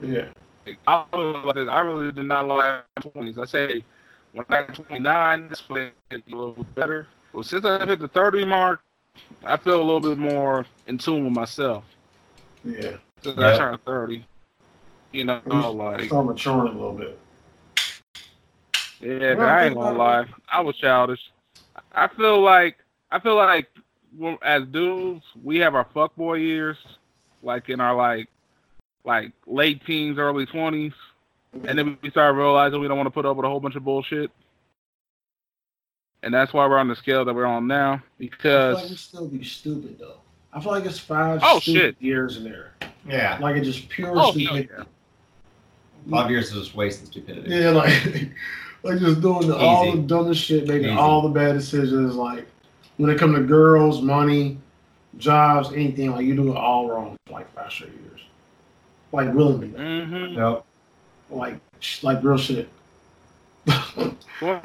[SPEAKER 3] yeah.
[SPEAKER 2] Like, I, was like, I really did not like my 20s. I say, when I got 29, this way it was better. But since I hit the 30 mark, I feel a little bit more in tune with myself.
[SPEAKER 3] Yeah. Mm-hmm.
[SPEAKER 2] Since
[SPEAKER 4] Yeah.
[SPEAKER 2] I turned 30, you know, Oh, like,
[SPEAKER 3] Start maturing a little bit.
[SPEAKER 2] Yeah, but I ain't gonna lie. I was childish. I feel like I feel like we're- as dudes, we have our fuckboy years, like in our like like late teens, early twenties, and then we start realizing we don't want to put up with a whole bunch of bullshit. And that's why we're on the scale that we're on now
[SPEAKER 3] I feel like we
[SPEAKER 2] because
[SPEAKER 3] still be stupid though. I feel like it's five
[SPEAKER 2] Oh,
[SPEAKER 3] stupid years in there.
[SPEAKER 4] Yeah.
[SPEAKER 3] Like it just pure
[SPEAKER 2] Oh,
[SPEAKER 3] stupid.
[SPEAKER 2] hell
[SPEAKER 4] Five years is just wasting stupidity.
[SPEAKER 3] Yeah, like like just doing the, all
[SPEAKER 4] Easy.
[SPEAKER 3] the dumbest shit, making
[SPEAKER 4] Easy.
[SPEAKER 3] all the bad decisions. Like when it comes to girls, money, jobs, anything, like you do it all wrong. for, Like five straight years, like willingly,
[SPEAKER 2] hmm
[SPEAKER 4] Nope.
[SPEAKER 3] like sh- like real shit.
[SPEAKER 2] well,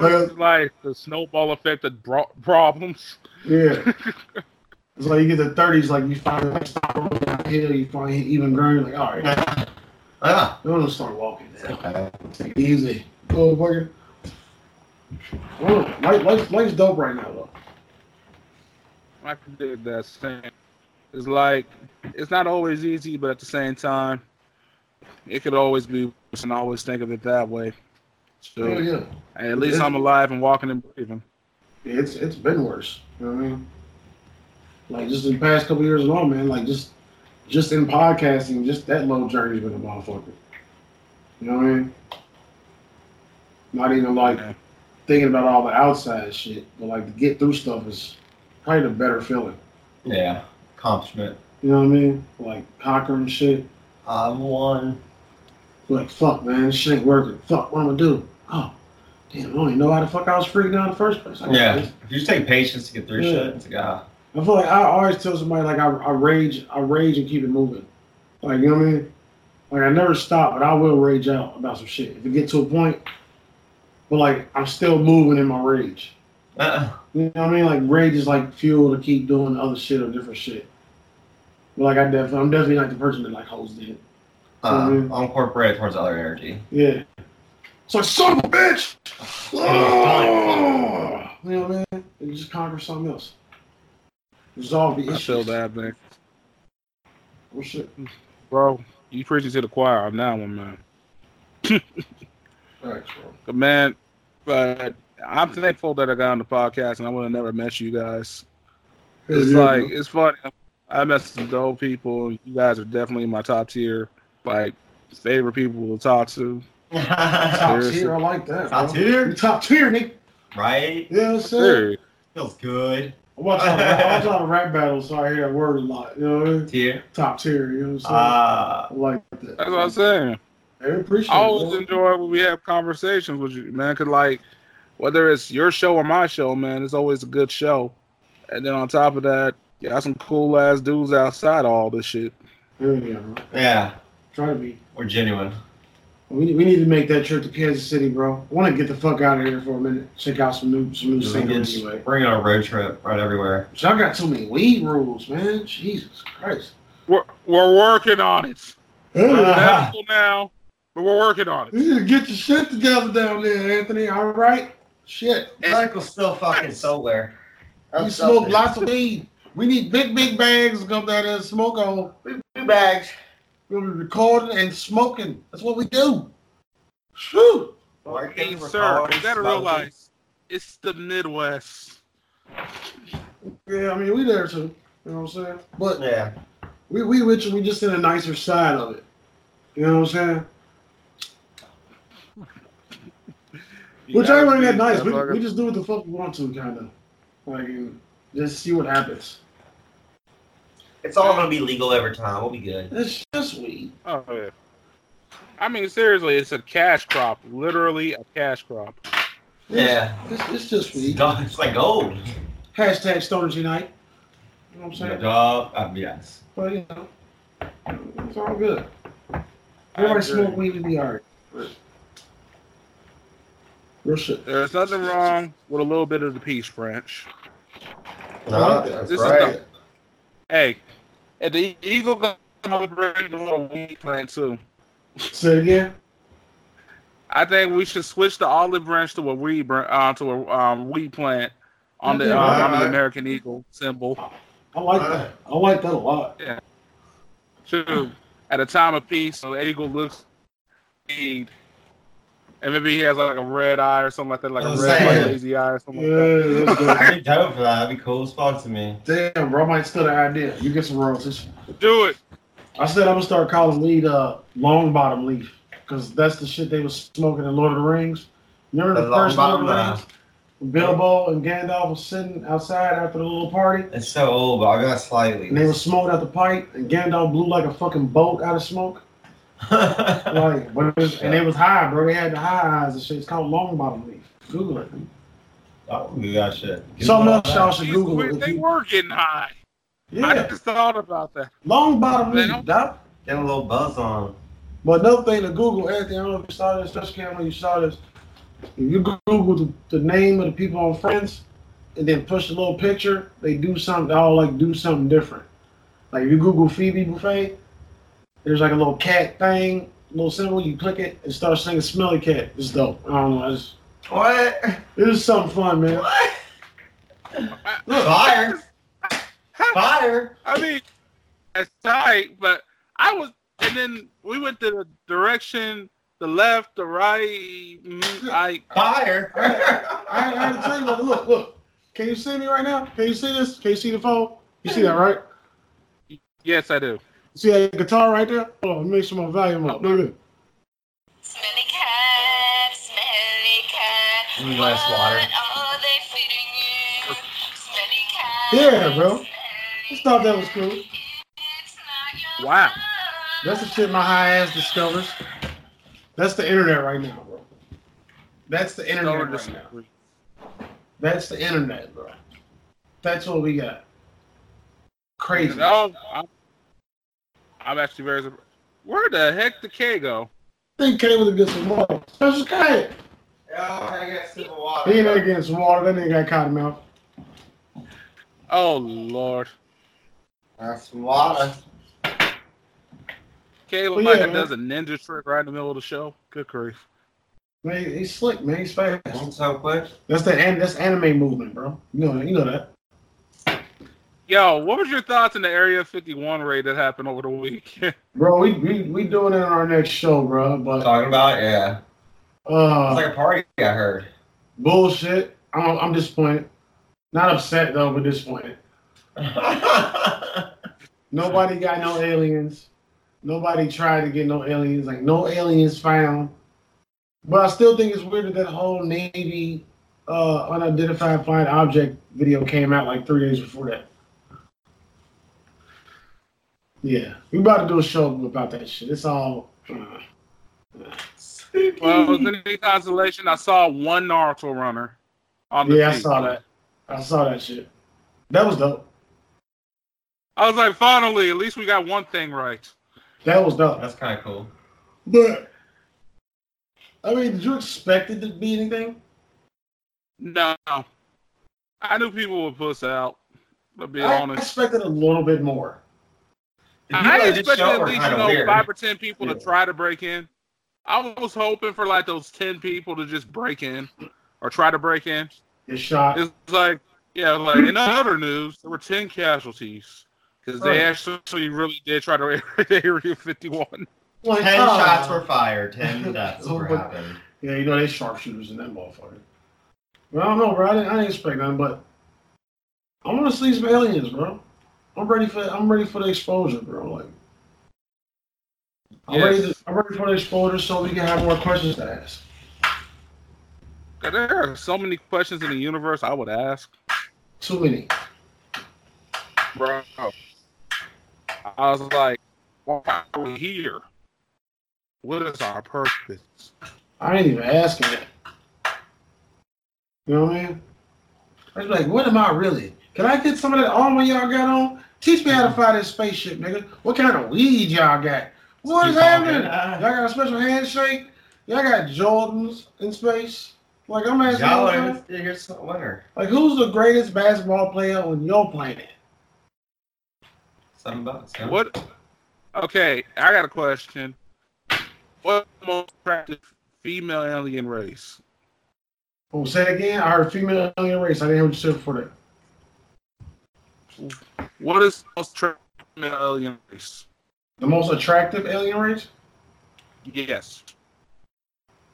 [SPEAKER 2] it's like the snowball effect of bro- problems.
[SPEAKER 3] Yeah. It's like you get to thirties, like you find the hill, you find even green, like all right,
[SPEAKER 4] Ah,
[SPEAKER 3] don't just start walking. Now.
[SPEAKER 4] okay.
[SPEAKER 3] Take it easy, motherfucker. Oh, life, life, life's dope right now though.
[SPEAKER 2] I can dig that same. It's like it's not always easy, but at the same time, it could always be worse, and I always think of it that way. So
[SPEAKER 3] Hell yeah.
[SPEAKER 2] at least I'm alive and walking and breathing.
[SPEAKER 3] it's it's been worse. You know what I mean? Like just in the past couple years alone, man. Like just just in podcasting, just that low journey's been a motherfucker. You know what I mean? Not even like
[SPEAKER 2] Yeah.
[SPEAKER 3] thinking about all the outside shit, but like to get through stuff is probably the better feeling.
[SPEAKER 4] Yeah. Accomplishment.
[SPEAKER 3] You know what I mean? Like conquering shit.
[SPEAKER 4] I'm one.
[SPEAKER 3] Like fuck, man, this shit ain't working. Fuck, what I'm gonna do? Oh, damn, I don't even know how the fuck I was freaking out in the first place. I got
[SPEAKER 4] Yeah.
[SPEAKER 3] this.
[SPEAKER 4] If you just take patience to get through
[SPEAKER 3] Yeah.
[SPEAKER 4] shit, it's like, ah.
[SPEAKER 3] I feel like I always tell somebody like I, I rage, I rage and keep it moving. Like you know what I mean? Like I never stop, but I will rage out about some shit if it get to a point. But like I'm still moving in my rage.
[SPEAKER 4] Uh-uh.
[SPEAKER 3] You know what I mean? Like rage is like fuel to keep doing other shit or different shit. But like I definitely, I'm definitely not the person that like holds it.
[SPEAKER 4] Uh,
[SPEAKER 3] Mhm.
[SPEAKER 4] I'll incorporate it towards other energy.
[SPEAKER 3] Yeah. It's like son of a bitch. Oh! You know what I mean? And just conquer something else. Resolve the issue.
[SPEAKER 2] I feel that, man,
[SPEAKER 3] Oh, shit.
[SPEAKER 2] bro. You preaching to the choir on that one, man.
[SPEAKER 3] All right, bro.
[SPEAKER 2] But man, but I'm thankful that I got on the podcast, and I would have never met you guys. It's
[SPEAKER 3] Yeah,
[SPEAKER 2] like
[SPEAKER 3] bro.
[SPEAKER 2] it's funny. I met some dope people. You guys are definitely my top tier, like favorite people to talk to.
[SPEAKER 3] top
[SPEAKER 2] Seriously.
[SPEAKER 3] tier. I like that.
[SPEAKER 4] Top
[SPEAKER 3] bro.
[SPEAKER 4] tier?
[SPEAKER 3] You top tier, nigga.
[SPEAKER 4] right?
[SPEAKER 3] You know what I'm saying?
[SPEAKER 2] Sure.
[SPEAKER 4] Feels good.
[SPEAKER 3] I watch a lot of- I watch a lot of rap battles, so I hear that word a lot. You know what I mean?
[SPEAKER 4] Tier.
[SPEAKER 3] Top tier. You know what I'm
[SPEAKER 4] Uh,
[SPEAKER 3] saying? I like that.
[SPEAKER 2] That's what I'm saying.
[SPEAKER 3] I appreciate
[SPEAKER 2] I always
[SPEAKER 3] it. bro.
[SPEAKER 2] enjoy when we have conversations with you, man. Cause like, whether it's your show or my show, man, it's always a good show. And then on top of that, you got some cool ass dudes outside of all this shit.
[SPEAKER 3] Hell yeah, bro.
[SPEAKER 4] yeah.
[SPEAKER 3] Try to be.
[SPEAKER 4] We're genuine.
[SPEAKER 3] We, we need to make that trip to Kansas City, bro. I want to get the fuck out of here for a minute. Check out some new some new scenery anyway.
[SPEAKER 4] We're on a road trip right everywhere.
[SPEAKER 3] Y'all got too many weed rules, man. Jesus Christ.
[SPEAKER 2] We're we're working on it.
[SPEAKER 3] Hey,
[SPEAKER 4] Uh-huh.
[SPEAKER 2] That's now, but we're working on it.
[SPEAKER 3] you need to get your shit together down there, Anthony. All right? Shit.
[SPEAKER 4] Michael's still fucking somewhere.
[SPEAKER 3] You smoke lots of weed. We need big, big bags to come down there and smoke on.
[SPEAKER 4] two bags.
[SPEAKER 3] We'll be recording and smoking. That's what we do. Shoot.
[SPEAKER 2] Hey, sir, you gotta realize it's the Midwest.
[SPEAKER 3] Yeah, I mean, we there too. You know what I'm saying? But
[SPEAKER 4] Yeah.
[SPEAKER 3] we we with you. We just in a nicer side of it. You know what I'm saying?
[SPEAKER 2] You
[SPEAKER 3] Which
[SPEAKER 2] gotta
[SPEAKER 3] ain't really
[SPEAKER 2] be
[SPEAKER 3] that nice. We,
[SPEAKER 2] motherfucker.
[SPEAKER 3] we just do what the fuck we want to, kind of. Like, and just see what happens.
[SPEAKER 4] It's all gonna be legal over time. We'll be good.
[SPEAKER 3] It's just weed.
[SPEAKER 2] Oh yeah. I mean, seriously, it's a cash crop. Literally a cash crop.
[SPEAKER 3] It's-
[SPEAKER 4] Yeah.
[SPEAKER 3] It's, it's just
[SPEAKER 4] It's
[SPEAKER 3] weed.
[SPEAKER 4] gold- it's like gold.
[SPEAKER 3] Hashtag Stoner Unite. You know what I'm saying?
[SPEAKER 4] Dog. Uh, yes.
[SPEAKER 3] But you know, it's all good. Everybody smoke weed to be alright. Real shit.
[SPEAKER 2] There's nothing wrong with a little bit of the peace French.
[SPEAKER 4] No, that's
[SPEAKER 2] This is
[SPEAKER 4] right.
[SPEAKER 2] Hey, and the eagle gonna celebrate the little weed plant too.
[SPEAKER 3] Say it again.
[SPEAKER 2] I think we should switch the olive branch to a weed branch uh, to a um, weed plant on the uh, on the
[SPEAKER 4] Alright.
[SPEAKER 2] American eagle symbol.
[SPEAKER 3] I like that. I like that a lot.
[SPEAKER 2] Shoot, at a time of peace, so the eagle looks weed. And maybe he has like a red eye or something like that, like
[SPEAKER 4] I
[SPEAKER 2] a
[SPEAKER 4] was
[SPEAKER 2] red
[SPEAKER 4] saying.
[SPEAKER 2] like, lazy eye or something like
[SPEAKER 3] Yeah, that's good.
[SPEAKER 4] I'd be dope for that. That'd be cool. Sponsor me.
[SPEAKER 3] Damn, bro, I might steal the idea. You get some royalties.
[SPEAKER 2] that. Do it.
[SPEAKER 3] I said I'm gonna start calling weed uh long bottom leaf because that's the shit they was smoking in Lord of the Rings. Remember the,
[SPEAKER 4] The
[SPEAKER 3] first Lord
[SPEAKER 4] long
[SPEAKER 3] of the Rings?
[SPEAKER 4] bottom.
[SPEAKER 3] Bilbo and Gandalf was sitting outside after the little party,
[SPEAKER 4] It's so old, but I got slightly.
[SPEAKER 3] and they was smoking out the pipe, and Gandalf blew like a fucking boat out of smoke. Like, but it was, and it was high, bro. They had the high eyes and shit. It's called long bottom leaf. Google it.
[SPEAKER 4] I'll do that shit.
[SPEAKER 3] Something else y'all should
[SPEAKER 2] Jeez,
[SPEAKER 3] Google.
[SPEAKER 2] we-
[SPEAKER 3] It.
[SPEAKER 2] they were getting high. I
[SPEAKER 3] Yeah,
[SPEAKER 2] just thought about that.
[SPEAKER 3] long bottom leaf, doc.
[SPEAKER 4] Get a little buzz on.
[SPEAKER 3] But another thing to Google, Anthony, I don't know if you saw this, Dutch Cameron, you saw this. If you Google the, the name of the people on Friends and then push a little picture, they do something, they all like do something different. Like if you Google Phoebe Buffet, there's like a little cat thing, little symbol, you click it and start singing Smelly Cat. It's dope. I don't know. It's,
[SPEAKER 4] What?
[SPEAKER 3] it is something fun, man.
[SPEAKER 4] What? Fire. Fire.
[SPEAKER 2] I mean, that's tight, but I was, and then we went to the direction, the left, the right. mm, I
[SPEAKER 4] Fire.
[SPEAKER 3] I, I had to tell you, like, look, look. Can you see me right now? Can you see this? Can you see the phone? You see that, right?
[SPEAKER 2] yes, I do.
[SPEAKER 3] See that guitar right there? Hold on, make sure my volume up. Look at it.
[SPEAKER 6] Smelly cat, smelly cat.
[SPEAKER 4] Give me glass water.
[SPEAKER 6] What are they feeding you? Smelly cat.
[SPEAKER 3] Yeah, bro.
[SPEAKER 6] smelly
[SPEAKER 3] Just thought that was cool.
[SPEAKER 6] It's not your
[SPEAKER 2] Wow.
[SPEAKER 6] fault.
[SPEAKER 3] That's the shit my high ass discovers. That's the internet right now, bro. That's the internet right now. That's the internet, bro. That's what we got. Crazy.
[SPEAKER 2] No, Oh, I'm, I'm actually very. surprised. Where the heck did K go?
[SPEAKER 3] think K was against the water. Special K.
[SPEAKER 4] I got sip of
[SPEAKER 3] He ain't
[SPEAKER 4] water.
[SPEAKER 3] against water. That nigga got cotton mouth.
[SPEAKER 2] Oh Lord,
[SPEAKER 4] That's some water.
[SPEAKER 2] K
[SPEAKER 3] Well,
[SPEAKER 2] looks like
[SPEAKER 3] yeah,
[SPEAKER 2] it does a ninja trick right in the middle of the show. Good grief.
[SPEAKER 3] Man, he- he's slick, man. He's fast.
[SPEAKER 4] So quick.
[SPEAKER 3] That's that. an- That's anime movement, bro. You know, you know that.
[SPEAKER 2] Yo, what was your thoughts in the Area 51 raid that happened over the weekend?
[SPEAKER 3] Bro, we we, we doing it on our next show, bro. But
[SPEAKER 4] Talking about yeah. It's
[SPEAKER 3] uh,
[SPEAKER 4] like a party. I heard.
[SPEAKER 3] bullshit. I'm I'm disappointed. Not upset though, but disappointed. Nobody got no aliens. Nobody tried to get no aliens. Like no aliens found. But I still think it's weird that that whole Navy uh, unidentified flying object video came out like three days before that. Yeah, we about to do a show about that shit. It's all. uh,
[SPEAKER 2] well, if it was any consolation, I saw one Naruto runner on the
[SPEAKER 3] yeah, I
[SPEAKER 2] feet.
[SPEAKER 3] saw that. I saw that shit. That was dope.
[SPEAKER 2] I was like, finally, at least we got one thing right.
[SPEAKER 3] That was dope.
[SPEAKER 4] That's kind of cool.
[SPEAKER 3] But I mean, did you expect it to be anything?
[SPEAKER 2] No. I knew people would puss out. To be
[SPEAKER 3] I
[SPEAKER 2] honest.
[SPEAKER 3] expected a little bit more.
[SPEAKER 4] The people
[SPEAKER 2] I
[SPEAKER 4] that just
[SPEAKER 2] expected
[SPEAKER 4] show
[SPEAKER 2] at
[SPEAKER 4] were
[SPEAKER 2] least, you
[SPEAKER 4] kinda
[SPEAKER 2] know,
[SPEAKER 4] weird.
[SPEAKER 2] five or ten people to
[SPEAKER 3] Yeah.
[SPEAKER 2] try to break in. I was hoping for like those ten people to just break in or try to break in.
[SPEAKER 3] Your shot.
[SPEAKER 2] It's like, yeah, like in other news, there were ten casualties because
[SPEAKER 3] Right.
[SPEAKER 2] they actually really did try to raid Area 51.
[SPEAKER 3] Like,
[SPEAKER 4] Ten
[SPEAKER 3] oh.
[SPEAKER 4] shots were fired. Ten deaths were
[SPEAKER 3] But-
[SPEAKER 4] happened.
[SPEAKER 3] Yeah, you know they sharpshooters in that motherfucker. But I don't know, bro. I didn't, I didn't expect nothing, but I want to see some aliens, bro. I'm ready for I'm ready for the exposure, bro. Like I'm, ready,
[SPEAKER 2] Yes.
[SPEAKER 3] to, I'm ready for the exposure so we can have more questions to ask.
[SPEAKER 2] 'Cause There are so many questions in the universe I would ask,
[SPEAKER 3] Too many.
[SPEAKER 2] bro. I was like, why are we here? What is our purpose?
[SPEAKER 3] I ain't even asking that. You know what I mean? I was like, what am I really? Can I get some of that armor y'all got on? Teach me
[SPEAKER 4] Mm-hmm.
[SPEAKER 3] how to fly this spaceship, nigga. What kind of weed y'all got? What is
[SPEAKER 4] Keep talking.
[SPEAKER 3] happening? Y'all got a special handshake? Y'all got Jordans in space? Like, I'm asking. all
[SPEAKER 4] Y'all
[SPEAKER 3] that.
[SPEAKER 4] are here's the winner.
[SPEAKER 3] Like, who's the greatest basketball player on your planet?
[SPEAKER 4] Seven bucks. Huh?
[SPEAKER 2] What? Okay, I got a question. What most attractive female alien race?
[SPEAKER 3] Oh, say it again. I heard female alien race. I didn't hear what you said before that.
[SPEAKER 2] What is the most attractive female alien race?
[SPEAKER 3] The most attractive alien race?
[SPEAKER 2] Yes.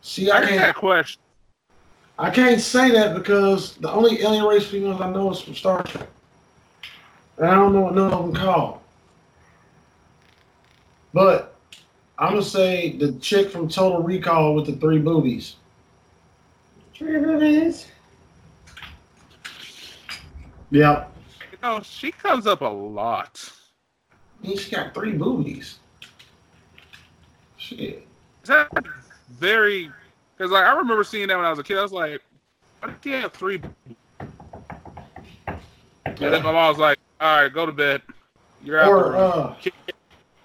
[SPEAKER 3] See, I
[SPEAKER 2] I got a
[SPEAKER 3] can't,
[SPEAKER 2] question.
[SPEAKER 3] I can't say that because the only alien race females I know is from Star Trek, and I don't know what none of them called. But I'm gonna say the chick from Total Recall with the three boobies. Yeah,
[SPEAKER 2] You know, she comes up a lot.
[SPEAKER 3] I mean, she got three boobies. Shit.
[SPEAKER 2] Is that very? Because like I remember seeing that when I was a kid. I was like, why did you have three? And then my mom was like, all right, go to bed. You're out. the
[SPEAKER 3] Or
[SPEAKER 2] room."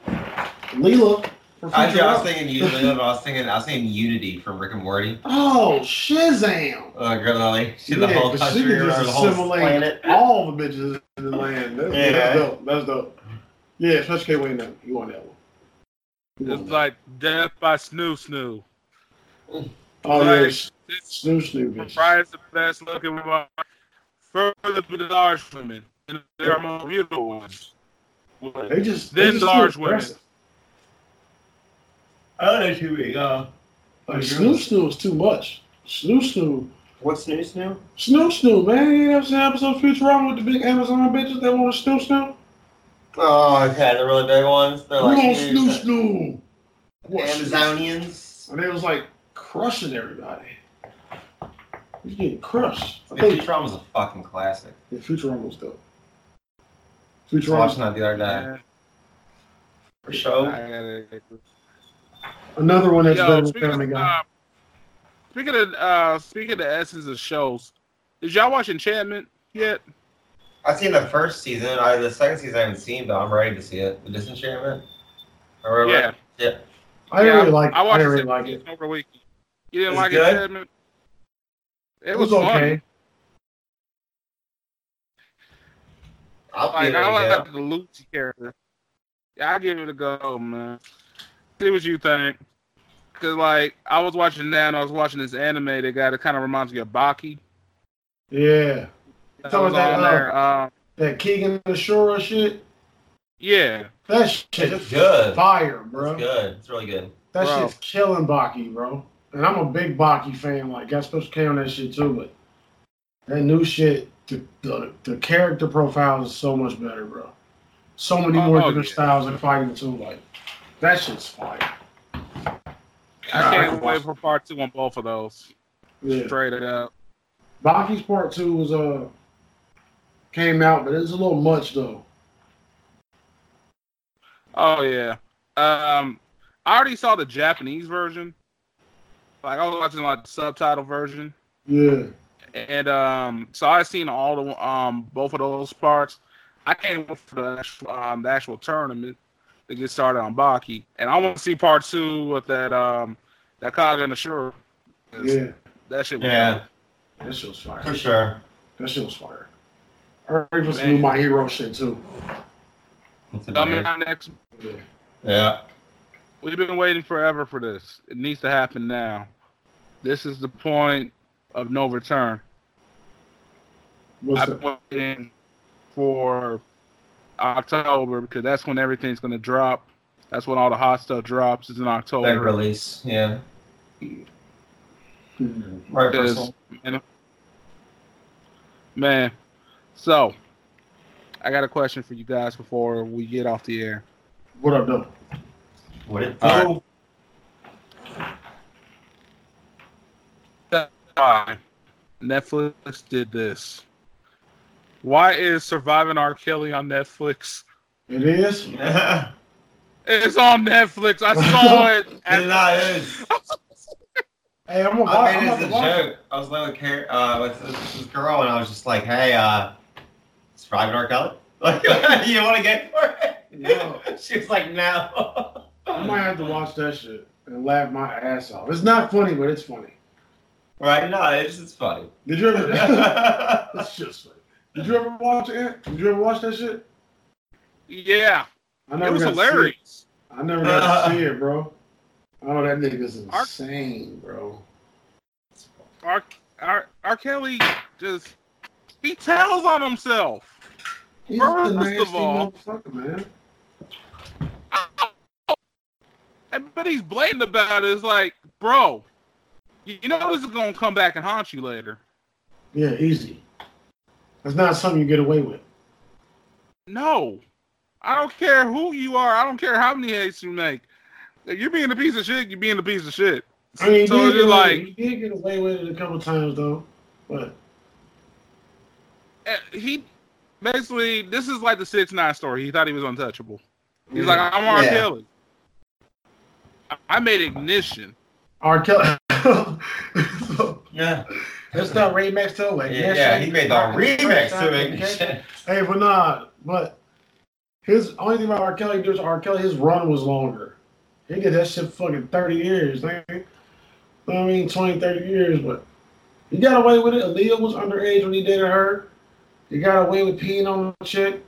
[SPEAKER 3] uh, Leela. from
[SPEAKER 4] Actually, I was
[SPEAKER 3] Futurama.
[SPEAKER 4] thinking you, Liv. I was thinking, I was thinking Unity from Rick and Morty.
[SPEAKER 3] Oh, Shazam!
[SPEAKER 4] Uh, girl, Lily. She's the
[SPEAKER 3] Yeah,
[SPEAKER 4] whole
[SPEAKER 3] 'cause
[SPEAKER 4] country
[SPEAKER 3] she can
[SPEAKER 4] or
[SPEAKER 3] just
[SPEAKER 4] the whole
[SPEAKER 3] assimilate
[SPEAKER 4] planet.
[SPEAKER 3] all the bitches in the land. That's,
[SPEAKER 4] Yeah.
[SPEAKER 3] that's dope. That's dope. Yeah, especially K Wayne. now. You want that one? You want
[SPEAKER 2] It's
[SPEAKER 3] that.
[SPEAKER 2] like death by snoo snoo.
[SPEAKER 3] oh yeah,
[SPEAKER 2] like-
[SPEAKER 3] sh-
[SPEAKER 2] This
[SPEAKER 3] snoo snoo bitch.
[SPEAKER 2] Fry is the best looking woman. Further to the large women, and there are more beautiful ones.
[SPEAKER 3] They just
[SPEAKER 2] Then
[SPEAKER 3] they just
[SPEAKER 2] large
[SPEAKER 3] too
[SPEAKER 2] women.
[SPEAKER 3] aggressive.
[SPEAKER 4] Oh, no, too big. Uh,
[SPEAKER 3] Like snoo snoo is too much. Snoo snoo.
[SPEAKER 4] what's news new?
[SPEAKER 3] Snoo snoo, man. You know what I'm saying? Episode of Futurama with the big Amazon bitches that want to snoo snoo.
[SPEAKER 4] Oh, okay, the really big ones. They're
[SPEAKER 3] Who
[SPEAKER 4] like
[SPEAKER 3] want
[SPEAKER 4] huge.
[SPEAKER 3] snoo snoo? What, snoo-
[SPEAKER 4] Amazonians.
[SPEAKER 3] And it was like crushing everybody. He's getting crushed. I
[SPEAKER 4] Yeah,
[SPEAKER 3] think
[SPEAKER 4] Futurama's a fucking classic.
[SPEAKER 3] Yeah, Futurama was dope.
[SPEAKER 4] I was watching
[SPEAKER 3] Futurama.
[SPEAKER 4] that the other day. For show.
[SPEAKER 3] Another one that's
[SPEAKER 2] Yo,
[SPEAKER 3] better than
[SPEAKER 2] speaking
[SPEAKER 3] Family
[SPEAKER 2] of,
[SPEAKER 3] Guy.
[SPEAKER 2] uh, speaking of uh, speaking of the essence of shows, did y'all watch Enchantment yet?
[SPEAKER 4] I've seen the first season. I the second season I haven't seen, but I'm ready to see it. The Disenchantment. Or whatever.
[SPEAKER 2] Yeah.
[SPEAKER 4] Yeah.
[SPEAKER 3] I
[SPEAKER 2] uh,
[SPEAKER 3] didn't
[SPEAKER 2] yeah,
[SPEAKER 3] really like.
[SPEAKER 2] I
[SPEAKER 3] I,
[SPEAKER 2] watched
[SPEAKER 3] didn't really
[SPEAKER 2] it
[SPEAKER 3] like it.
[SPEAKER 2] over the weekend. You didn't
[SPEAKER 4] It's
[SPEAKER 2] like
[SPEAKER 4] good?
[SPEAKER 2] Enchantment? It, was, okay.
[SPEAKER 4] I'll
[SPEAKER 2] Like
[SPEAKER 4] give it a
[SPEAKER 2] I like
[SPEAKER 4] go.
[SPEAKER 2] the Lucy character. Yeah, I give it a go, man. See what you think. Cause like I was watching that, and I was watching this anime that got it kind of reminds me of Baki.
[SPEAKER 3] Yeah,
[SPEAKER 2] That
[SPEAKER 3] Some of
[SPEAKER 2] was
[SPEAKER 3] that,
[SPEAKER 2] on
[SPEAKER 3] uh,
[SPEAKER 2] there. Um,
[SPEAKER 3] that Keegan and Shura shit.
[SPEAKER 2] yeah,
[SPEAKER 3] That shit
[SPEAKER 4] It's
[SPEAKER 3] is
[SPEAKER 4] good.
[SPEAKER 3] fire,
[SPEAKER 4] It's
[SPEAKER 3] bro.
[SPEAKER 4] good. It's really good.
[SPEAKER 3] That
[SPEAKER 2] Bro.
[SPEAKER 3] shit's killing Baki, bro. And I'm a big Baki fan. Like, I supposed to care on that shit too, but that new shit, the the, the character profiles is so much better, bro. So many
[SPEAKER 2] Oh,
[SPEAKER 3] more
[SPEAKER 2] oh,
[SPEAKER 3] different
[SPEAKER 2] yeah.
[SPEAKER 3] styles of fighting too. Like, that shit's fire.
[SPEAKER 2] I can't wait for part two on both of those.
[SPEAKER 3] Yeah.
[SPEAKER 2] Straight it up.
[SPEAKER 3] Baki's part two was uh came out, but it was a little much though.
[SPEAKER 2] Oh yeah. Um, I already saw the Japanese version. Like I was watching like the subtitle version,
[SPEAKER 3] Yeah.
[SPEAKER 2] and um, so I seen all the um both of those parts. I can't wait for the actual, um the actual tournament to get started on Baki, and I want to see part two with that um that Kaga and Ashura. 'Cause
[SPEAKER 3] Yeah.
[SPEAKER 2] That shit. was-
[SPEAKER 4] Yeah,
[SPEAKER 3] That shit was fire.
[SPEAKER 4] for sure.
[SPEAKER 3] That shit was fire. I heard for some new My Hero shit too.
[SPEAKER 4] It's about
[SPEAKER 2] Coming
[SPEAKER 4] it.
[SPEAKER 2] out next.
[SPEAKER 3] Yeah.
[SPEAKER 4] Yeah.
[SPEAKER 2] We've been waiting forever for this. It needs to happen now. This is the point of no return.
[SPEAKER 3] What's
[SPEAKER 2] I've
[SPEAKER 3] the,
[SPEAKER 2] been waiting for October because that's when everything's gonna drop. That's when all the hot stuff drops is in October.
[SPEAKER 4] That release. Yeah.
[SPEAKER 3] Hmm.
[SPEAKER 4] Right.
[SPEAKER 2] Because,
[SPEAKER 4] First one.
[SPEAKER 2] man, man, so I got a question for you guys before we get off the air.
[SPEAKER 3] what up though?
[SPEAKER 4] Would it?
[SPEAKER 2] All right.
[SPEAKER 4] Oh,
[SPEAKER 2] Why Netflix did this. Why is Surviving R. Kelly on Netflix?
[SPEAKER 3] It is?
[SPEAKER 2] It's on Netflix. I saw it.
[SPEAKER 4] it not is.
[SPEAKER 3] Hey, I'm gonna watch,
[SPEAKER 4] I
[SPEAKER 3] I'm
[SPEAKER 4] mean, it's
[SPEAKER 3] about
[SPEAKER 4] a
[SPEAKER 3] to watch it.
[SPEAKER 4] joke. I was like, here, uh, with this, this girl, and I was just like, hey, uh, it's Private R. Kelly. Like, you want to get for it?
[SPEAKER 3] No.
[SPEAKER 4] she was like, no.
[SPEAKER 3] I might have to watch that shit and laugh my ass off. It's not funny, but it's funny.
[SPEAKER 4] Right? No, it's, it's funny.
[SPEAKER 3] Did you ever
[SPEAKER 4] I
[SPEAKER 3] That's just funny. Did you ever watch it? Did you ever watch that shit?
[SPEAKER 2] Yeah,
[SPEAKER 3] I
[SPEAKER 2] it was
[SPEAKER 3] got to see
[SPEAKER 2] hilarious. Uh.
[SPEAKER 3] I never got to see it, bro. Oh, that nigga's insane, bro.
[SPEAKER 2] R, R, R. Kelly just he tells on himself.
[SPEAKER 3] He's
[SPEAKER 2] First
[SPEAKER 3] the
[SPEAKER 2] of
[SPEAKER 3] nasty
[SPEAKER 2] all-
[SPEAKER 3] motherfucker, man.
[SPEAKER 2] And but he's blatant about it. It's like, bro, You you know this is gonna come back and haunt you later.
[SPEAKER 3] Yeah, easy. That's not something you get away with.
[SPEAKER 2] No, I don't care who you are. I don't care how many hates you make. If you're being a piece of shit, you're being a piece of shit.
[SPEAKER 3] I mean, you
[SPEAKER 2] So
[SPEAKER 3] did
[SPEAKER 2] you're
[SPEAKER 3] get away-
[SPEAKER 2] like-
[SPEAKER 3] you did get away with it a couple times though, but
[SPEAKER 2] Eh, He basically this is like the six nine story. He thought he was untouchable. He's
[SPEAKER 3] yeah.
[SPEAKER 2] like, I'm R.
[SPEAKER 4] Yeah.
[SPEAKER 2] Kelly. I- I made ignition.
[SPEAKER 3] R. Kelly.
[SPEAKER 4] Yeah.
[SPEAKER 3] That's not remix to it.
[SPEAKER 4] Yeah, yeah, he made the remix to
[SPEAKER 3] Okay?
[SPEAKER 4] it.
[SPEAKER 3] Hey, but nah, but his only thing about R. Kelly does R. Kelly his run was longer. He did that shit fucking thirty years, man. You know what I mean, 20, 30 years, but he got away with it. Aaliyah was underage when he dated her. He got away with peeing on the chick.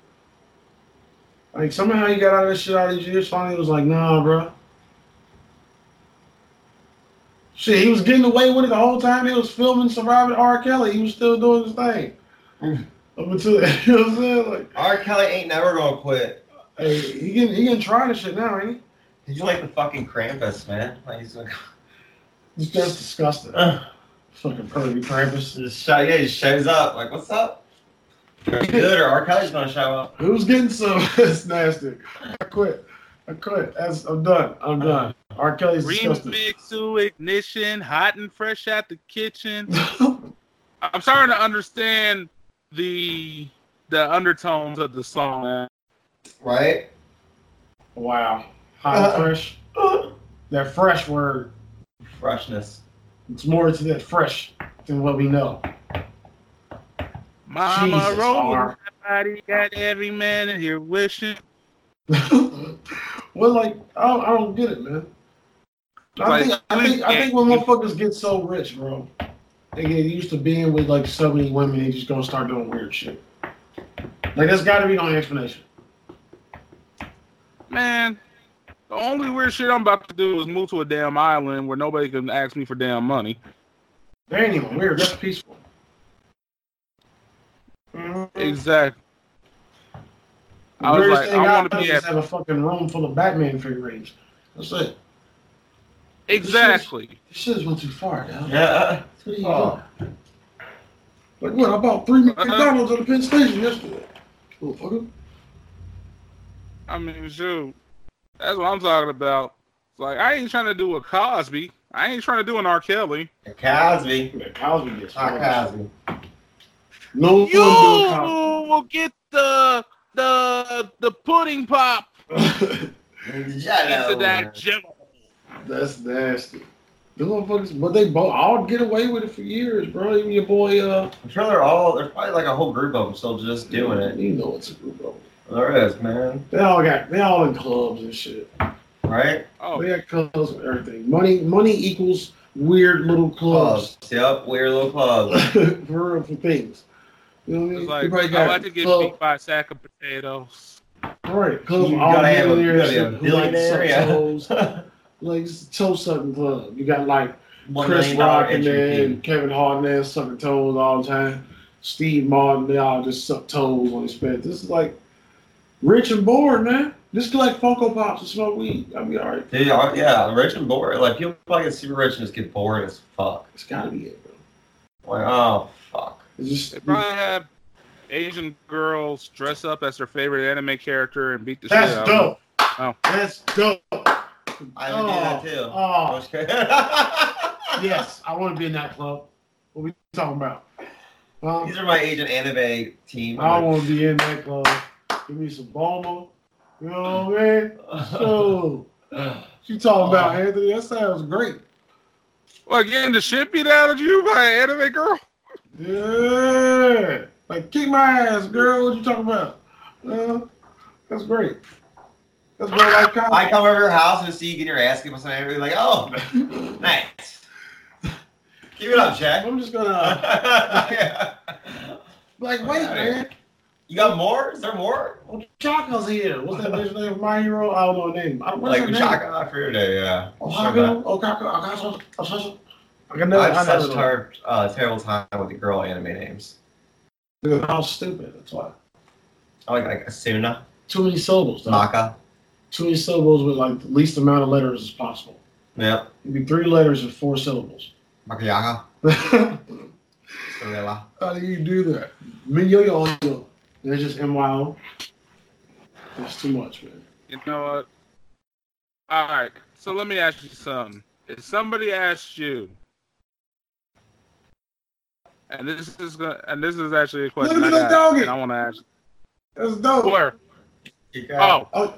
[SPEAKER 3] Like somehow he got out of that shit all these years. Finally, was like, nah, bro. Shit, he was getting away with it the whole time he was filming Surviving R. Kelly. He was still doing his thing. Up until you know what I'm saying? Like,
[SPEAKER 4] R. Kelly ain't never gonna quit.
[SPEAKER 3] hey, he can he can try this shit now, ain't
[SPEAKER 4] Did you like the fucking Krampus, man? Like he's like,
[SPEAKER 3] he? It's just disgusting.
[SPEAKER 4] Ugh.
[SPEAKER 3] Fucking pervy purpose.
[SPEAKER 4] just show, yeah, he shows up. Like, what's up? Are you good or R. Kelly's gonna show up?
[SPEAKER 3] Who's getting some? it's nasty. I quit. I quit. That's, I'm done. I'm done. R. Kelly's disgusting.
[SPEAKER 2] Remix to ignition, hot and fresh out the kitchen. I'm starting to understand the the undertones of the song. man.
[SPEAKER 4] Right?
[SPEAKER 3] wow. Hot and fresh. uh. that fresh word.
[SPEAKER 4] Freshness.
[SPEAKER 3] It's more to that fresh than what we know.
[SPEAKER 2] Mama
[SPEAKER 3] Jesus,
[SPEAKER 2] rolled
[SPEAKER 3] R.
[SPEAKER 2] body got every man in here wishing.
[SPEAKER 3] well, like I don't, I don't get it, man. I
[SPEAKER 2] Like,
[SPEAKER 3] think I think, I think when
[SPEAKER 2] you-
[SPEAKER 3] motherfuckers get so rich, bro, they get used to being with like so many women, they just gonna start doing weird shit. Like that's got to be the only explanation.
[SPEAKER 2] Man, the only weird shit I'm about to do is move to a damn island where nobody can ask me for damn money.
[SPEAKER 3] There ain't even weird. That's peaceful.
[SPEAKER 2] Exactly. I was
[SPEAKER 3] Weirdest
[SPEAKER 2] like,
[SPEAKER 3] thing
[SPEAKER 2] I want to
[SPEAKER 3] done
[SPEAKER 2] be at
[SPEAKER 3] is have a fucking room full of Batman figurines. That's it.
[SPEAKER 2] exactly.
[SPEAKER 3] This shit went too far, dog.
[SPEAKER 4] Yeah.
[SPEAKER 3] What are you
[SPEAKER 4] Oh.
[SPEAKER 3] doing? Like what? I bought three
[SPEAKER 2] Uh-huh.
[SPEAKER 3] McDonald's at the Penn Station yesterday. Little fucker.
[SPEAKER 2] I mean, shoot, that's what I'm talking about. It's like I ain't trying to do a Cosby. I ain't trying to do an R. Kelly.
[SPEAKER 3] Oh.
[SPEAKER 4] Cosby.
[SPEAKER 3] Yeah, Cosby gets
[SPEAKER 4] Hot
[SPEAKER 3] fired.
[SPEAKER 4] Cosby.
[SPEAKER 3] No one
[SPEAKER 2] You
[SPEAKER 3] doing Cosby.
[SPEAKER 2] will get the the the pudding pop into
[SPEAKER 4] Jello.
[SPEAKER 2] that jello.
[SPEAKER 3] That's nasty. Them motherfuckers, but they both all get away with it for years, bro. Even your boy, uh,
[SPEAKER 4] I'm sure they're all, there's probably like a whole group of them still just doing it.
[SPEAKER 3] You know it's a group of them.
[SPEAKER 4] There is, man.
[SPEAKER 3] They all got, they all in clubs and shit.
[SPEAKER 4] Right?
[SPEAKER 2] Oh,
[SPEAKER 3] They got clubs and everything. Money, money equals weird little clubs.
[SPEAKER 4] Clubs. Yep, weird little clubs.
[SPEAKER 3] for real, for things. You know what I mean?
[SPEAKER 2] it's
[SPEAKER 3] You
[SPEAKER 2] like oh,
[SPEAKER 3] probably
[SPEAKER 2] I like to get
[SPEAKER 3] club-
[SPEAKER 2] beat by a sack of potatoes.
[SPEAKER 3] Right, club
[SPEAKER 4] You
[SPEAKER 3] all
[SPEAKER 4] gotta have a- you
[SPEAKER 3] millionaires
[SPEAKER 4] gotta be a
[SPEAKER 3] who like
[SPEAKER 4] billionaire, yeah.
[SPEAKER 3] suck toes, like toe sucking club. You got like
[SPEAKER 4] One
[SPEAKER 3] Chris
[SPEAKER 4] million dollar
[SPEAKER 3] Rock and
[SPEAKER 4] entry fee.
[SPEAKER 3] then Kevin Hart and then sucking toes all the time. Steve Martin, they all just suck toes on his bed. This is like rich and bored, man. Just collect Funko Pops and smoke weed. I'll be all right.
[SPEAKER 4] Dude, I- yeah, rich and bored. Like people probably get super rich and just get bored as fuck.
[SPEAKER 3] It's gotta be it, bro.
[SPEAKER 4] Like, oh fuck.
[SPEAKER 3] It's
[SPEAKER 2] They
[SPEAKER 3] just
[SPEAKER 2] probably have Asian girls dress up as their favorite anime character and beat the shit out.
[SPEAKER 3] that's
[SPEAKER 2] of them.
[SPEAKER 3] dope.
[SPEAKER 2] Oh.
[SPEAKER 3] That's dope.
[SPEAKER 4] I would do that too.
[SPEAKER 3] Oh,
[SPEAKER 4] Okay.
[SPEAKER 3] yes, I want to be in that club. What we talking about? Huh?
[SPEAKER 4] These are my agent anime team.
[SPEAKER 3] I want to be in that club. Give me some Balmo. You know what I mean? So, she talking about
[SPEAKER 4] Oh.
[SPEAKER 3] Anthony. That sounds great.
[SPEAKER 2] Well, getting the shit beat out of you by an anime girl.
[SPEAKER 3] Yeah. Like, kick my ass, girl. What you talking about? Uh, that's great. That's great. I kind
[SPEAKER 4] I come over to your house and see you get your ass kicked by somebody. Everybody's like, oh, nice. Keep it up, Jack.
[SPEAKER 3] I'm just gonna like wait, man.
[SPEAKER 4] You got more? Is there more?
[SPEAKER 3] Well, Chaco's here. What's that bitch name? My hero. I don't know her name. I don't
[SPEAKER 4] Like
[SPEAKER 3] her name. Oh,
[SPEAKER 4] Chaka Fuda, yeah.
[SPEAKER 3] Ochako. Ochako. Okaso. Okaso. I can never.
[SPEAKER 4] I've
[SPEAKER 3] I
[SPEAKER 4] such a
[SPEAKER 3] never.
[SPEAKER 4] ter- uh, terrible time with the girl anime names.
[SPEAKER 3] They're all stupid. That's why.
[SPEAKER 4] I like like Asuna,
[SPEAKER 3] Too many syllables. Though.
[SPEAKER 4] Naka.
[SPEAKER 3] Too many syllables with like the least amount of letters as possible.
[SPEAKER 4] Yep.
[SPEAKER 3] It'd be three letters and four syllables.
[SPEAKER 4] Makiyaga,
[SPEAKER 3] How
[SPEAKER 4] Gorilla.
[SPEAKER 3] do you do that? Minyo yo. That's just MYO. That's too much, man.
[SPEAKER 2] You know what? All right. So let me ask you something. If somebody asks you, and this is gonna, and this is actually a question
[SPEAKER 3] Look
[SPEAKER 2] I,
[SPEAKER 3] at the
[SPEAKER 2] got,
[SPEAKER 3] doggy.
[SPEAKER 2] and I want to ask.
[SPEAKER 3] That's dope.
[SPEAKER 2] Blur.
[SPEAKER 4] Chica.
[SPEAKER 2] Oh,
[SPEAKER 3] Oh,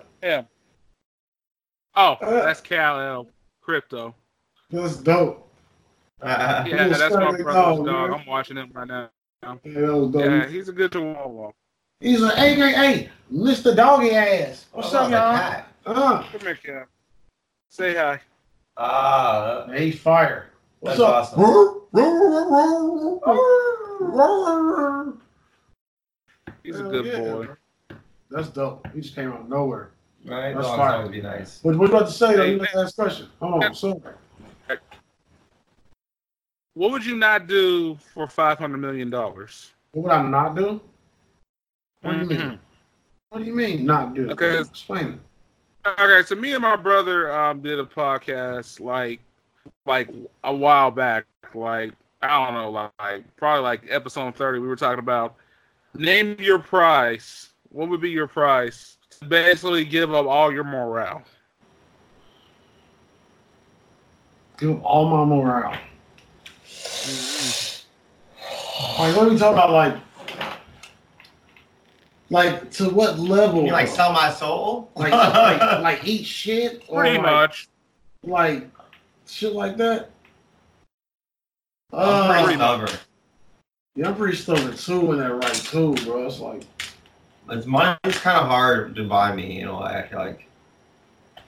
[SPEAKER 2] oh,
[SPEAKER 3] Uh,
[SPEAKER 2] that's Cal L. Crypto.
[SPEAKER 3] that's dope.
[SPEAKER 2] Yeah,
[SPEAKER 4] Uh,
[SPEAKER 3] He's
[SPEAKER 2] that's my
[SPEAKER 3] starting
[SPEAKER 2] brother's
[SPEAKER 3] dog,
[SPEAKER 2] dog.
[SPEAKER 3] man.
[SPEAKER 2] I'm watching him right now.
[SPEAKER 3] Yeah, that was dope.
[SPEAKER 2] Yeah, he's a good chihuahua.
[SPEAKER 3] He's an AKA, Mr. Doggy Ass. What's
[SPEAKER 4] oh,
[SPEAKER 3] up,
[SPEAKER 4] the
[SPEAKER 3] y'all?
[SPEAKER 4] cat.
[SPEAKER 3] Uh,
[SPEAKER 2] Come here, Cal. Say hi.
[SPEAKER 4] Ah,
[SPEAKER 3] hey, fire. What's
[SPEAKER 4] That's
[SPEAKER 3] up?
[SPEAKER 2] He's
[SPEAKER 3] Hell
[SPEAKER 2] a good
[SPEAKER 3] yeah.
[SPEAKER 2] boy.
[SPEAKER 3] That's dope. He just came out of nowhere.
[SPEAKER 4] my
[SPEAKER 3] That's
[SPEAKER 4] dogs
[SPEAKER 3] fire.
[SPEAKER 4] always be nice.
[SPEAKER 3] What what you about to say? though?
[SPEAKER 2] Hey,
[SPEAKER 3] You missed the last question. Hold on, sorry.
[SPEAKER 2] What would you not do for five hundred million dollars?
[SPEAKER 3] What would I not do? What do you mean? What do you mean not do?
[SPEAKER 2] Mm-hmm. Okay.
[SPEAKER 3] Explain
[SPEAKER 2] Okay, so me and my brother um did a podcast like like a while back, like I don't know, like probably like episode thirty. We were talking about name your price. What would be your price to basically give up all your morale?
[SPEAKER 3] it. Give up all my morale.
[SPEAKER 2] Mm-hmm.
[SPEAKER 3] Like, what are we talking about? Like, like to what level?
[SPEAKER 4] You mean, like sell my soul?
[SPEAKER 3] like, like, like eat shit or
[SPEAKER 2] Pretty
[SPEAKER 3] like,
[SPEAKER 2] much.
[SPEAKER 3] like shit like that.
[SPEAKER 4] I'm pretty
[SPEAKER 3] Uh,
[SPEAKER 4] stubborn.
[SPEAKER 3] yeah, I'm pretty stubborn too in that right too, bro. It's like,
[SPEAKER 4] It's money. It's kind of hard to buy me in a way. I feel like.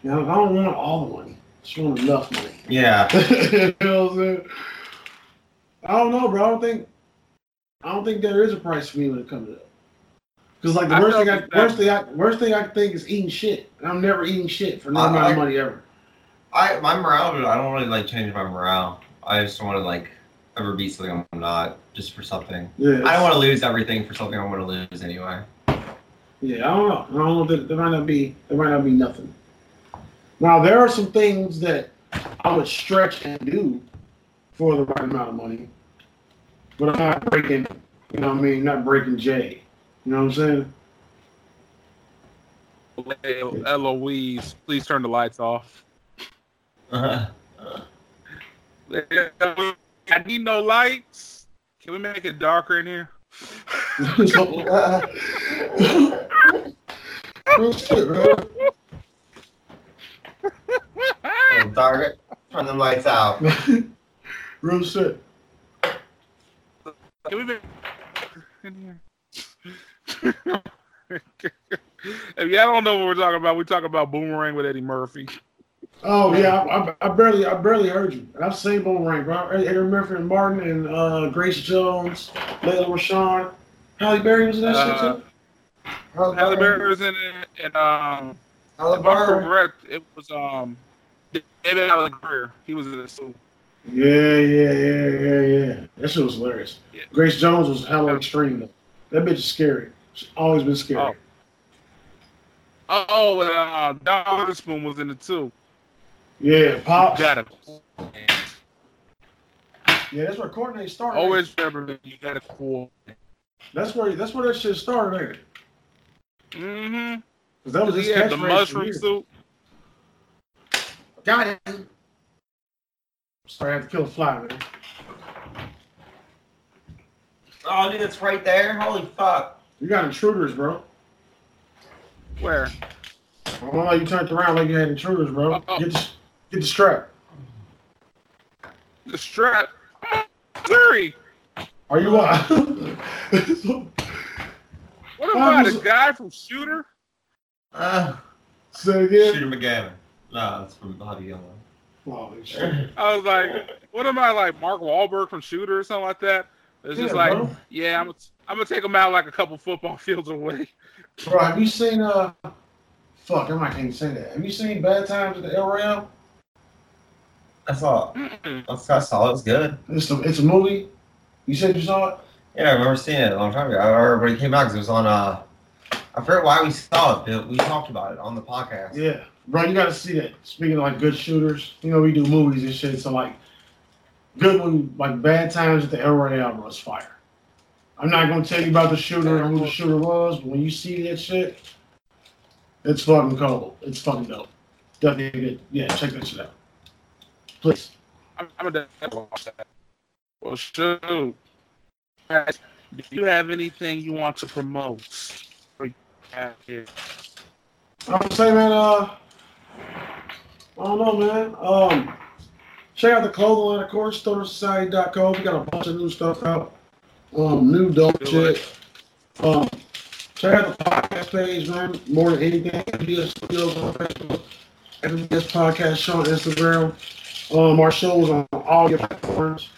[SPEAKER 3] you know, I don't want all the money. I just want enough money.
[SPEAKER 4] Yeah.
[SPEAKER 3] you know what I'm saying? I don't know, bro. I don't think I don't think there is a price for me when it comes to that. Because like the
[SPEAKER 2] I
[SPEAKER 3] worst
[SPEAKER 2] felt
[SPEAKER 3] thing, I,
[SPEAKER 2] that-
[SPEAKER 3] worst thing, I, worst thing I can think is eating shit, and I'm never eating shit for no
[SPEAKER 4] I-
[SPEAKER 3] amount
[SPEAKER 4] I-
[SPEAKER 3] of money ever.
[SPEAKER 4] I my morale. I don't really like change my morale. I just don't want to like ever be something I'm not just for something.
[SPEAKER 3] Yeah,
[SPEAKER 4] I don't want to lose everything for something I want to lose anyway.
[SPEAKER 3] Yeah, I don't know. I don't know that there might not be there might not be nothing. Now there are some things that I would stretch and do for the right amount of money, but I'm not breaking. You know what I mean? Not breaking J. You know what I'm saying?
[SPEAKER 2] Eloise, please turn the lights off. I need no lights. Can we make it darker in here?
[SPEAKER 3] so, uh, real shit, bro.
[SPEAKER 4] Oh, darn it. Turn them lights out.
[SPEAKER 3] Real shit.
[SPEAKER 2] Can we make in here? if y'all don't know what we're talking about, we talk about Boomerang with Eddie Murphy.
[SPEAKER 3] Oh yeah, I, I, I barely I barely heard you. And I've seen Boomerang, bro. Aaron Murphy and Martin and uh, Grace Jones, Layla Rashawn, Halle Berry was in that
[SPEAKER 2] Uh,
[SPEAKER 3] shit too.
[SPEAKER 2] Halle Berry was in it, and um,
[SPEAKER 4] Hello,
[SPEAKER 2] if I'm
[SPEAKER 4] Barbara.
[SPEAKER 2] correct, it was um, David Allen Greer. He was in it too.
[SPEAKER 3] Yeah, yeah, yeah, yeah, yeah. That shit was hilarious.
[SPEAKER 2] Yeah.
[SPEAKER 3] Grace Jones was hella extreme though. That bitch is scary. She's always been scary.
[SPEAKER 2] Oh. Oh, Oh, and uh, Don Witherspoon was in it too.
[SPEAKER 3] Yeah, pop.
[SPEAKER 2] Got it.
[SPEAKER 3] Yeah, that's where coordinate started.
[SPEAKER 2] Always remember you got to cool.
[SPEAKER 3] That's where that's where that shit started. ain't it?
[SPEAKER 2] Mm-hmm.
[SPEAKER 3] 'Cause that was his
[SPEAKER 2] He had the
[SPEAKER 3] catchphrase for
[SPEAKER 2] mushroom
[SPEAKER 3] years.
[SPEAKER 2] soup.
[SPEAKER 3] Got it. Sorry, I had to kill a fly, man.
[SPEAKER 4] Oh, dude, it's right there. Holy fuck.
[SPEAKER 3] You got intruders, bro.
[SPEAKER 2] Where?
[SPEAKER 3] I don't know how you turned around like you had intruders, bro.
[SPEAKER 2] Uh-oh.
[SPEAKER 3] Get the, get the strap.
[SPEAKER 2] The strap. Terry,
[SPEAKER 3] Are you uh,
[SPEAKER 2] what about
[SPEAKER 3] was-
[SPEAKER 2] a guy from Shooter?
[SPEAKER 4] Uh,
[SPEAKER 3] Say
[SPEAKER 4] Shoot
[SPEAKER 3] again.
[SPEAKER 4] him again. No, it's from Bobby Yellow.
[SPEAKER 3] Oh, shit.
[SPEAKER 2] I was like, what am I like Mark Wahlberg from Shooter or something like that? It's just
[SPEAKER 3] Yeah,
[SPEAKER 2] like,
[SPEAKER 3] bro.
[SPEAKER 2] yeah, I'm I'm gonna take him out like a couple football fields away.
[SPEAKER 3] Bro, have you seen uh? Fuck, I might can't even say that. Have you seen Bad Times at the El Royale?
[SPEAKER 4] That's all.
[SPEAKER 2] Mm-mm.
[SPEAKER 4] That's I saw. It was good.
[SPEAKER 3] It's a it's a movie. You said you saw it.
[SPEAKER 4] Yeah, I remember seeing it a long time ago. I remember when it came out because it was on. Uh, I forget why we saw it, but we talked about it on the podcast.
[SPEAKER 3] Yeah, bro, you gotta see that. Speaking of like good shooters, you know we do movies and shit. So like, good one, like Bad Times at the El Royale was fire. I'm not gonna tell you about the shooter and who the shooter was, but when you see that shit, it's fucking cold. It's fucking dope. Definitely good. Yeah, check that shit out. Please.
[SPEAKER 2] I'm, I'm gonna definitely watch that. Well, shoot. Guys, Do you have anything you want to promote? Or you have here?
[SPEAKER 3] I'm saying, man, uh, I don't know, man. Um, check out the clothing line, of course, stonersociety.com. We got a bunch of new stuff out. Um, new dope shit. Um, check out the podcast page, man. More than anything, MBS Studios on Facebook, MBS Podcast Show on Instagram. Um, our shows on all your platforms.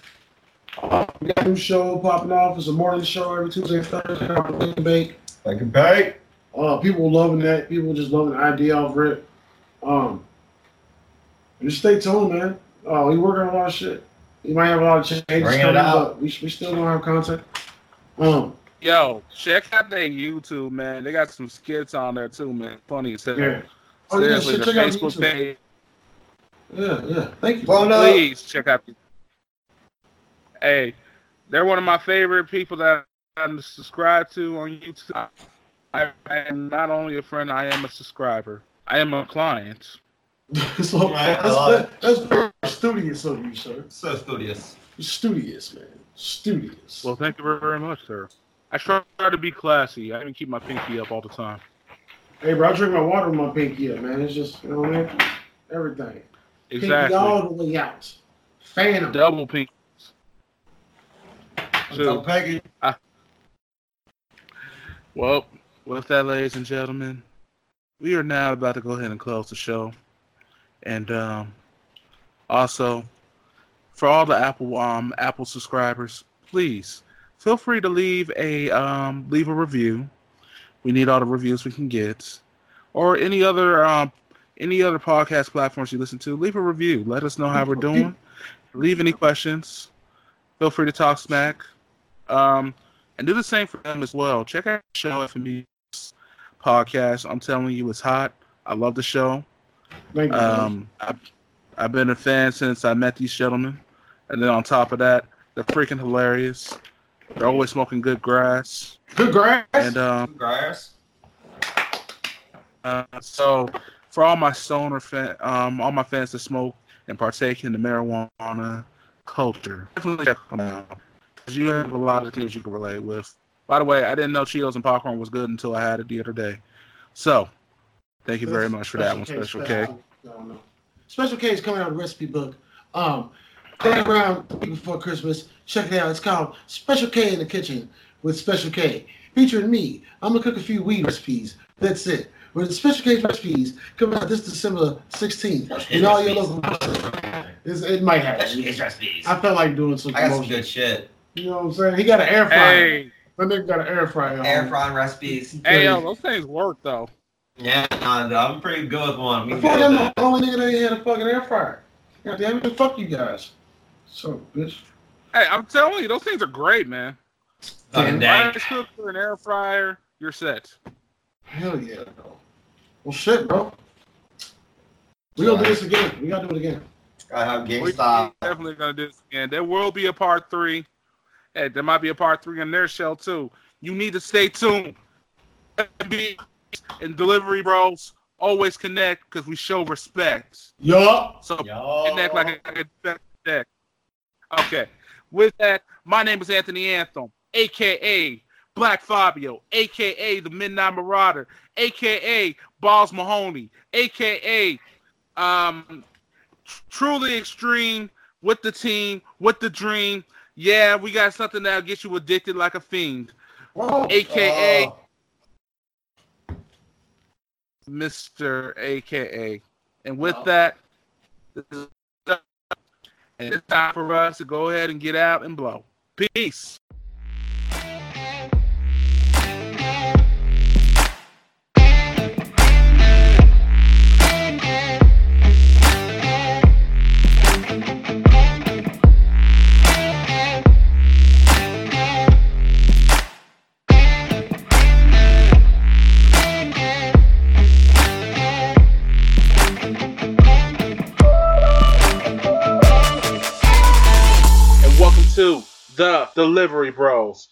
[SPEAKER 3] Uh, we got a new show popping off. It's a morning show every Tuesday and Thursday. Our Bake and Bake.
[SPEAKER 4] Like a bait.
[SPEAKER 3] Uh, people loving that. People just loving the idea of it. Um, just stay tuned, man. Uh, we working on a lot of shit. We might have a lot of changes
[SPEAKER 4] Bring it
[SPEAKER 3] coming,
[SPEAKER 4] out.
[SPEAKER 3] but we, we still gonna have content. Um,
[SPEAKER 2] Yo, check out their YouTube, man. They got some skits on there too, man. Funny as hell.
[SPEAKER 3] yeah. Oh, yeah,
[SPEAKER 2] Seriously, the
[SPEAKER 3] shit, check out
[SPEAKER 2] Facebook
[SPEAKER 3] YouTube.
[SPEAKER 2] page.
[SPEAKER 3] Yeah, yeah. Thank you.
[SPEAKER 4] Well, no.
[SPEAKER 2] Please check out. Hey, they're one of my favorite people that I subscribe to on YouTube. I, I am not only a friend, I am a subscriber. I am a client.
[SPEAKER 3] so,
[SPEAKER 4] Yeah, I love
[SPEAKER 3] that's, that's, that's studious of you, sir.
[SPEAKER 4] So studious.
[SPEAKER 3] You're studious, man. Studious.
[SPEAKER 2] Well, thank you very, very much, sir. I try to be classy. I even keep my pinky up all the time.
[SPEAKER 3] hey, bro, I drink my water with my pinky up, man. It's just, you know what I mean? Everything. Pinky
[SPEAKER 2] Exactly.
[SPEAKER 3] all the way out. Phantom.
[SPEAKER 2] Double pinky.
[SPEAKER 4] So
[SPEAKER 2] Shoot.
[SPEAKER 4] Peggy.
[SPEAKER 2] Well, with that, ladies and gentlemen, we are now about to go ahead and close the show. And um, also, for all the Apple um, Apple subscribers, please feel free to leave a um, leave a review. We need all the reviews we can get, or any other um, any other podcast platforms you listen to. Leave a review. Let us know how we're doing. Leave any questions. Feel free to talk smack. Um, and do the same for them as well. Check out the show FME podcast. I'm telling you, it's hot. I love the show.
[SPEAKER 3] Thank you.
[SPEAKER 2] Um, I've, I've been a fan since I met these gentlemen, and then on top of that, they're freaking hilarious. They're always smoking good grass,
[SPEAKER 3] Good grass.
[SPEAKER 2] and um,
[SPEAKER 4] Grass.
[SPEAKER 2] uh, so for all my stoner fan, um, all my fans that smoke and partake in the marijuana culture, definitely check them out because you have a lot of things you can relate with. By the way, I didn't know Cheetos and popcorn was good until I had it the other day. So thank you very much for that one, Special K.
[SPEAKER 3] I don't know. Special K is coming out of the recipe book. Um, Black Brown the week before Christmas. Check it out. It's called Special K in the Kitchen with Special K, featuring me. I'm gonna cook a few weed recipes. That's it. With Special K's recipes coming out this December 16th in all your local. It's, it might happen.
[SPEAKER 4] It's just these.
[SPEAKER 3] I
[SPEAKER 4] I
[SPEAKER 3] felt like doing some
[SPEAKER 4] got some
[SPEAKER 3] promotion.
[SPEAKER 4] good shit.
[SPEAKER 3] You know what I'm saying? He got an air fryer. That nigga got an air fryer.
[SPEAKER 4] Air frying recipes.
[SPEAKER 2] those things work though.
[SPEAKER 4] Yeah, nah, nah, I'm pretty good with one. We
[SPEAKER 3] I
[SPEAKER 4] good
[SPEAKER 3] feel like I'm
[SPEAKER 4] with that.
[SPEAKER 3] the only nigga that ain't had a fucking air fryer. God damn it, the fuck you guys. So, bitch.
[SPEAKER 2] Hey, I'm telling you, those things are great, man.
[SPEAKER 4] Fucking dang.
[SPEAKER 2] Rice cooker, an air fryer, you're set.
[SPEAKER 3] Hell yeah. Well, shit, bro. We gonna do this again. We gotta do it again.
[SPEAKER 4] Gotta have
[SPEAKER 2] We
[SPEAKER 4] GameStop.
[SPEAKER 2] definitely gonna do this again. There will be a part three. Hey, there might be a part three in their show too. You need to stay tuned. FBs and delivery bros always connect because we show respect.
[SPEAKER 3] Yup.
[SPEAKER 2] So
[SPEAKER 4] Yo.
[SPEAKER 2] connect like a, like a respect connect. Okay. With that, my name is Anthony Anthem, aka Black Fabio, aka the Midnight Marauder, aka Balls Mahoney, aka um tr- truly extreme with the team, with the dream. Yeah, we got something that'll get you addicted like a fiend.
[SPEAKER 3] Whoa.
[SPEAKER 2] AKA
[SPEAKER 4] Oh.
[SPEAKER 2] Mr. AKA. And with
[SPEAKER 3] Wow.
[SPEAKER 2] that, this is- and it's time for us to go ahead and get out and blow. Peace.
[SPEAKER 1] to the Delivery Bros.